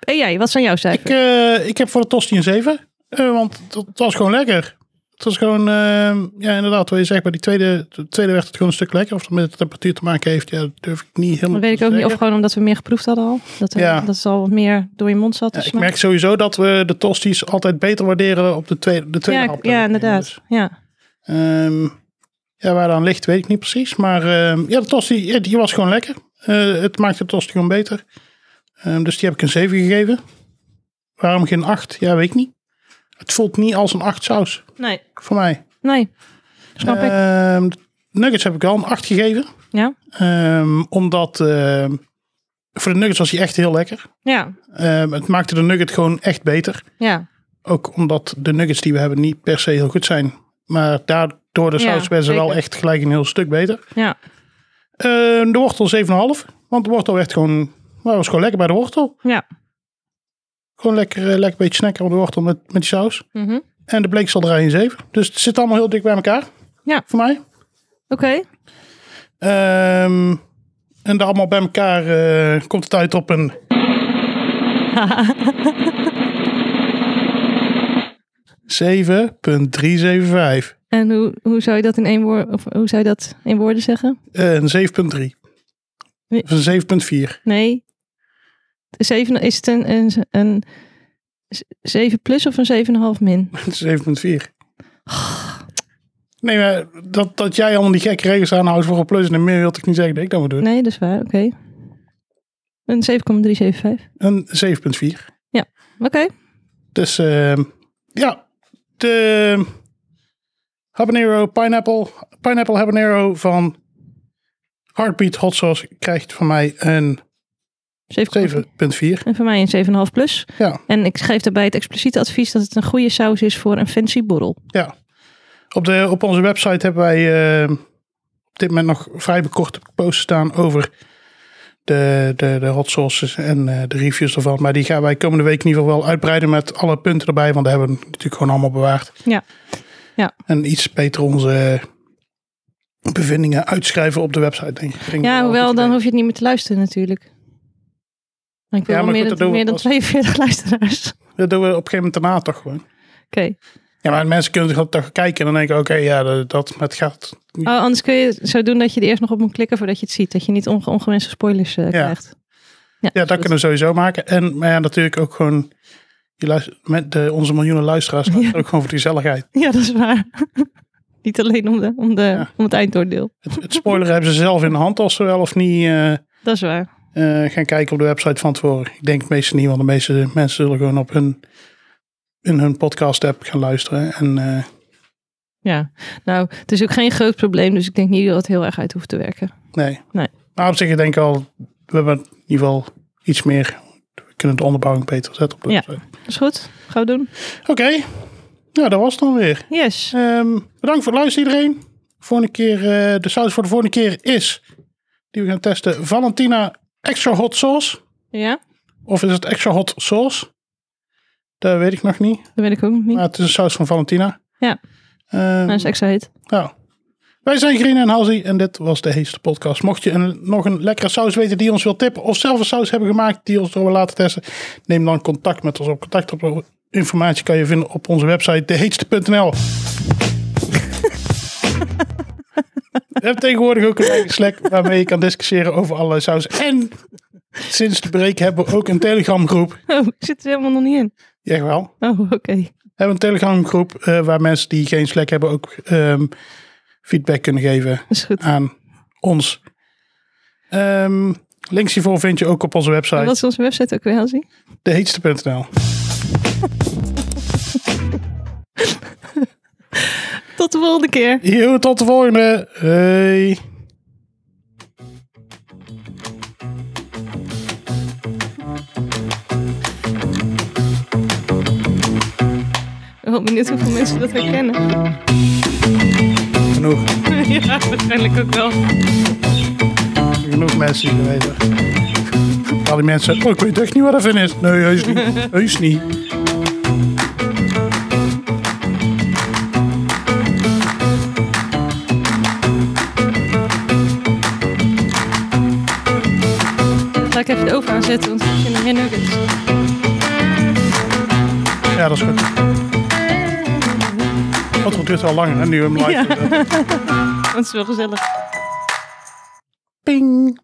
Speaker 2: En jij, wat zijn jouw cijfers?
Speaker 1: Eh, Ik, eh, ik heb voor de tosti een 7. eh, want het was gewoon lekker. Het was gewoon, ehm, ja inderdaad, wat je zegt, bij die tweede, de tweede werd het gewoon een stuk lekker. Of het met de temperatuur te maken heeft, ja, dat durf ik niet helemaal
Speaker 2: Dat weet ik
Speaker 1: te
Speaker 2: ook niet. Of
Speaker 1: zeggen.
Speaker 2: gewoon omdat we meer geproefd hadden al. Dat, er,
Speaker 1: Ja.
Speaker 2: dat het al wat meer door je mond zat. dus te
Speaker 1: Ja, ik
Speaker 2: smaken.
Speaker 1: merk sowieso dat we de tosties altijd beter waarderen op de tweede, de tweede
Speaker 2: ja,
Speaker 1: hap.
Speaker 2: ja, inderdaad.
Speaker 1: Dus,
Speaker 2: Ja.
Speaker 1: ehm, ja, waar dan ligt weet ik niet precies. Maar ehm, ja, de tosti ja, die was gewoon lekker. Eh, het maakt de tosti gewoon beter. Ehm, dus die heb ik een 7 gegeven. Waarom geen 8? Ja, weet ik niet. Het voelt niet als een 8 saus
Speaker 2: Nee,
Speaker 1: voor mij.
Speaker 2: nee. Snap ik.
Speaker 1: Ehm, nuggets heb ik al een 8 gegeven.
Speaker 2: Ja.
Speaker 1: Ehm, omdat ehm, voor de nuggets was hij echt heel lekker.
Speaker 2: Ja,
Speaker 1: Ehm, het maakte de nugget gewoon echt beter.
Speaker 2: ja.
Speaker 1: Ook omdat de nuggets die we hebben niet per se heel goed zijn. Maar daardoor
Speaker 2: Ja,
Speaker 1: de saus werden ze wel
Speaker 2: zeker.
Speaker 1: echt gelijk een heel stuk beter.
Speaker 2: ja.
Speaker 1: Ehm, de wortel 7,5. Want de wortel werd gewoon... Maar was gewoon lekker bij de wortel.
Speaker 2: Ja.
Speaker 1: Gewoon lekker, eh, lekker beetje snacken op de wortel met, met die saus.
Speaker 2: Mhm. Oké.
Speaker 1: En de bleek zal draaien 7. Dus het zit allemaal heel dik bij elkaar.
Speaker 2: Ja.
Speaker 1: Voor mij. Ehm, en daar allemaal bij elkaar eh, komt het uit op een... ...7.375.
Speaker 2: En hoe, hoe zou je dat in één woord, of hoe zou je dat in woorden zeggen?
Speaker 1: Eh, een 7.3.
Speaker 2: Nee.
Speaker 1: Of een 7.4.
Speaker 2: Nee. Zeven, is het een, een, een 7 plus of een 7,5 min?
Speaker 1: Een 7.4. Nee, maar dat, dat jij allemaal die gekke regels aanhoudt voor een plus en een min wilde ik niet zeggen dat ik dat moet doen.
Speaker 2: Nee, dat is waar. Oké. Een 7,375.
Speaker 1: Een 7.4.
Speaker 2: Oké.
Speaker 1: Dus ehm, ja, de habanero pineapple, pineapple habanero van Heartbeat Hot Sauce krijgt van mij een
Speaker 2: 7,4.
Speaker 1: 7.4.
Speaker 2: En voor mij een 7,5 plus.
Speaker 1: Ja,
Speaker 2: En ik geef daarbij het expliciete advies dat het een goede saus is voor een fancy borrel.
Speaker 1: ja. Op, de, op onze website hebben wij ehm, op dit moment nog vrij korte posts staan over de, de, de hot sauces en eh, de reviews ervan. Maar die gaan wij komende week in ieder geval wel uitbreiden met alle punten erbij. Want daar hebben we natuurlijk gewoon allemaal bewaard.
Speaker 2: Ja. Ja.
Speaker 1: En iets beter onze bevindingen uitschrijven op de website, denk ik. Denk ik wel
Speaker 2: Ja,
Speaker 1: een
Speaker 2: hoewel
Speaker 1: goed
Speaker 2: dan
Speaker 1: idee.
Speaker 2: hoef je het niet meer te luisteren natuurlijk. Maar ik wil
Speaker 1: Ja,
Speaker 2: wel
Speaker 1: maar
Speaker 2: meer,
Speaker 1: goed, dat
Speaker 2: dan,
Speaker 1: doen we
Speaker 2: meer dan
Speaker 1: pas.
Speaker 2: 42 luisteraars. Oké.
Speaker 1: Dat doen we op een gegeven moment daarna toch gewoon. Ja, maar mensen kunnen toch- toch kijken en dan denken, oké, ja, dat, dat maar het gaat.
Speaker 2: Oh, anders kun je het zo doen dat je er eerst nog op moet klikken voordat je het ziet. Dat je niet onge- ongewenste spoilers eh, krijgt.
Speaker 1: Ja, dat
Speaker 2: goed.
Speaker 1: kunnen we sowieso maken. En maar ja, natuurlijk ook gewoon, je luister- met de, onze miljoenen luisteraars, luisteren ook gewoon voor de gezelligheid.
Speaker 2: Ja, dat is waar. niet alleen om, de, om, de, om het eindoordeel.
Speaker 1: Het, het spoiler hebben ze zelf in de hand als ze wel of niet eh,
Speaker 2: Dat is waar.
Speaker 1: eh, gaan kijken op de website van tevoren. Ik denk het meeste niet, want de meeste mensen zullen gewoon op hun, in hun podcast app gaan luisteren. En eh,
Speaker 2: Ja. Nou, het is ook geen groot probleem, dus ik denk niet dat het heel erg uit hoeft te werken.
Speaker 1: nee.
Speaker 2: Nee.
Speaker 1: Maar op zich, ik denk al, we hebben in ieder geval iets meer, we kunnen de onderbouwing beter zetten op de
Speaker 2: Ja.
Speaker 1: website.
Speaker 2: Dat is goed. Gauw doen.
Speaker 1: Oké, nou dat was het dan weer.
Speaker 2: Yes.
Speaker 1: Ehm, bedankt voor het luisteren iedereen. Volgende keer, eh, de saus voor de volgende keer is, die we gaan testen, Valentina Extra Hot Sauce.
Speaker 2: Ja,
Speaker 1: Of is het Extra Hot Sauce? Dat weet ik nog niet.
Speaker 2: dat weet ik ook nog niet.
Speaker 1: Maar het is een saus van Valentina.
Speaker 2: Ja.
Speaker 1: Ehm,
Speaker 2: Dat is extra heet.
Speaker 1: nou. Wij zijn Green en Halsey en dit was de Heeste Podcast. Mocht je een, nog een lekkere saus weten die ons wil tippen of zelf een saus hebben gemaakt die ons door wil laten testen, neem dan contact met ons op. Contact op eh, informatie kan je vinden op onze website deheetste.nl. We hebben tegenwoordig ook een eigen Slack waarmee je kan discussiëren over allerlei sausen. En sinds de break hebben we ook een Telegram groep.
Speaker 2: Oh, ik zit er helemaal nog niet in.
Speaker 1: Jawel.
Speaker 2: Oh, oké.
Speaker 1: We hebben een Telegram groep waar mensen die geen Slack hebben ook ehm, feedback kunnen geven
Speaker 2: Dat is goed.
Speaker 1: aan ons. Ehm, links hiervoor vind je ook op onze
Speaker 2: En
Speaker 1: website
Speaker 2: Wat is onze website ook weer, Hansie?
Speaker 1: deheetste.nl.
Speaker 2: Tot de volgende keer.
Speaker 1: Yo, tot de volgende. Hey.
Speaker 2: Ik ben wel benieuwd hoeveel mensen dat herkennen.
Speaker 1: Genoeg,
Speaker 2: ja, waarschijnlijk ook wel.
Speaker 1: genoeg mensen die het weten. Al die mensen, oh, ik weet echt niet wat dat van is. Nee, heus niet. Heus niet.
Speaker 2: Ga ik even de oven aanzetten, want er zijn meer nuggets.
Speaker 1: Ja, dat is goed. Want het duurt al lang en nu hem live.
Speaker 2: Ja.
Speaker 1: doen.
Speaker 2: Dat is wel gezellig.
Speaker 1: Ping.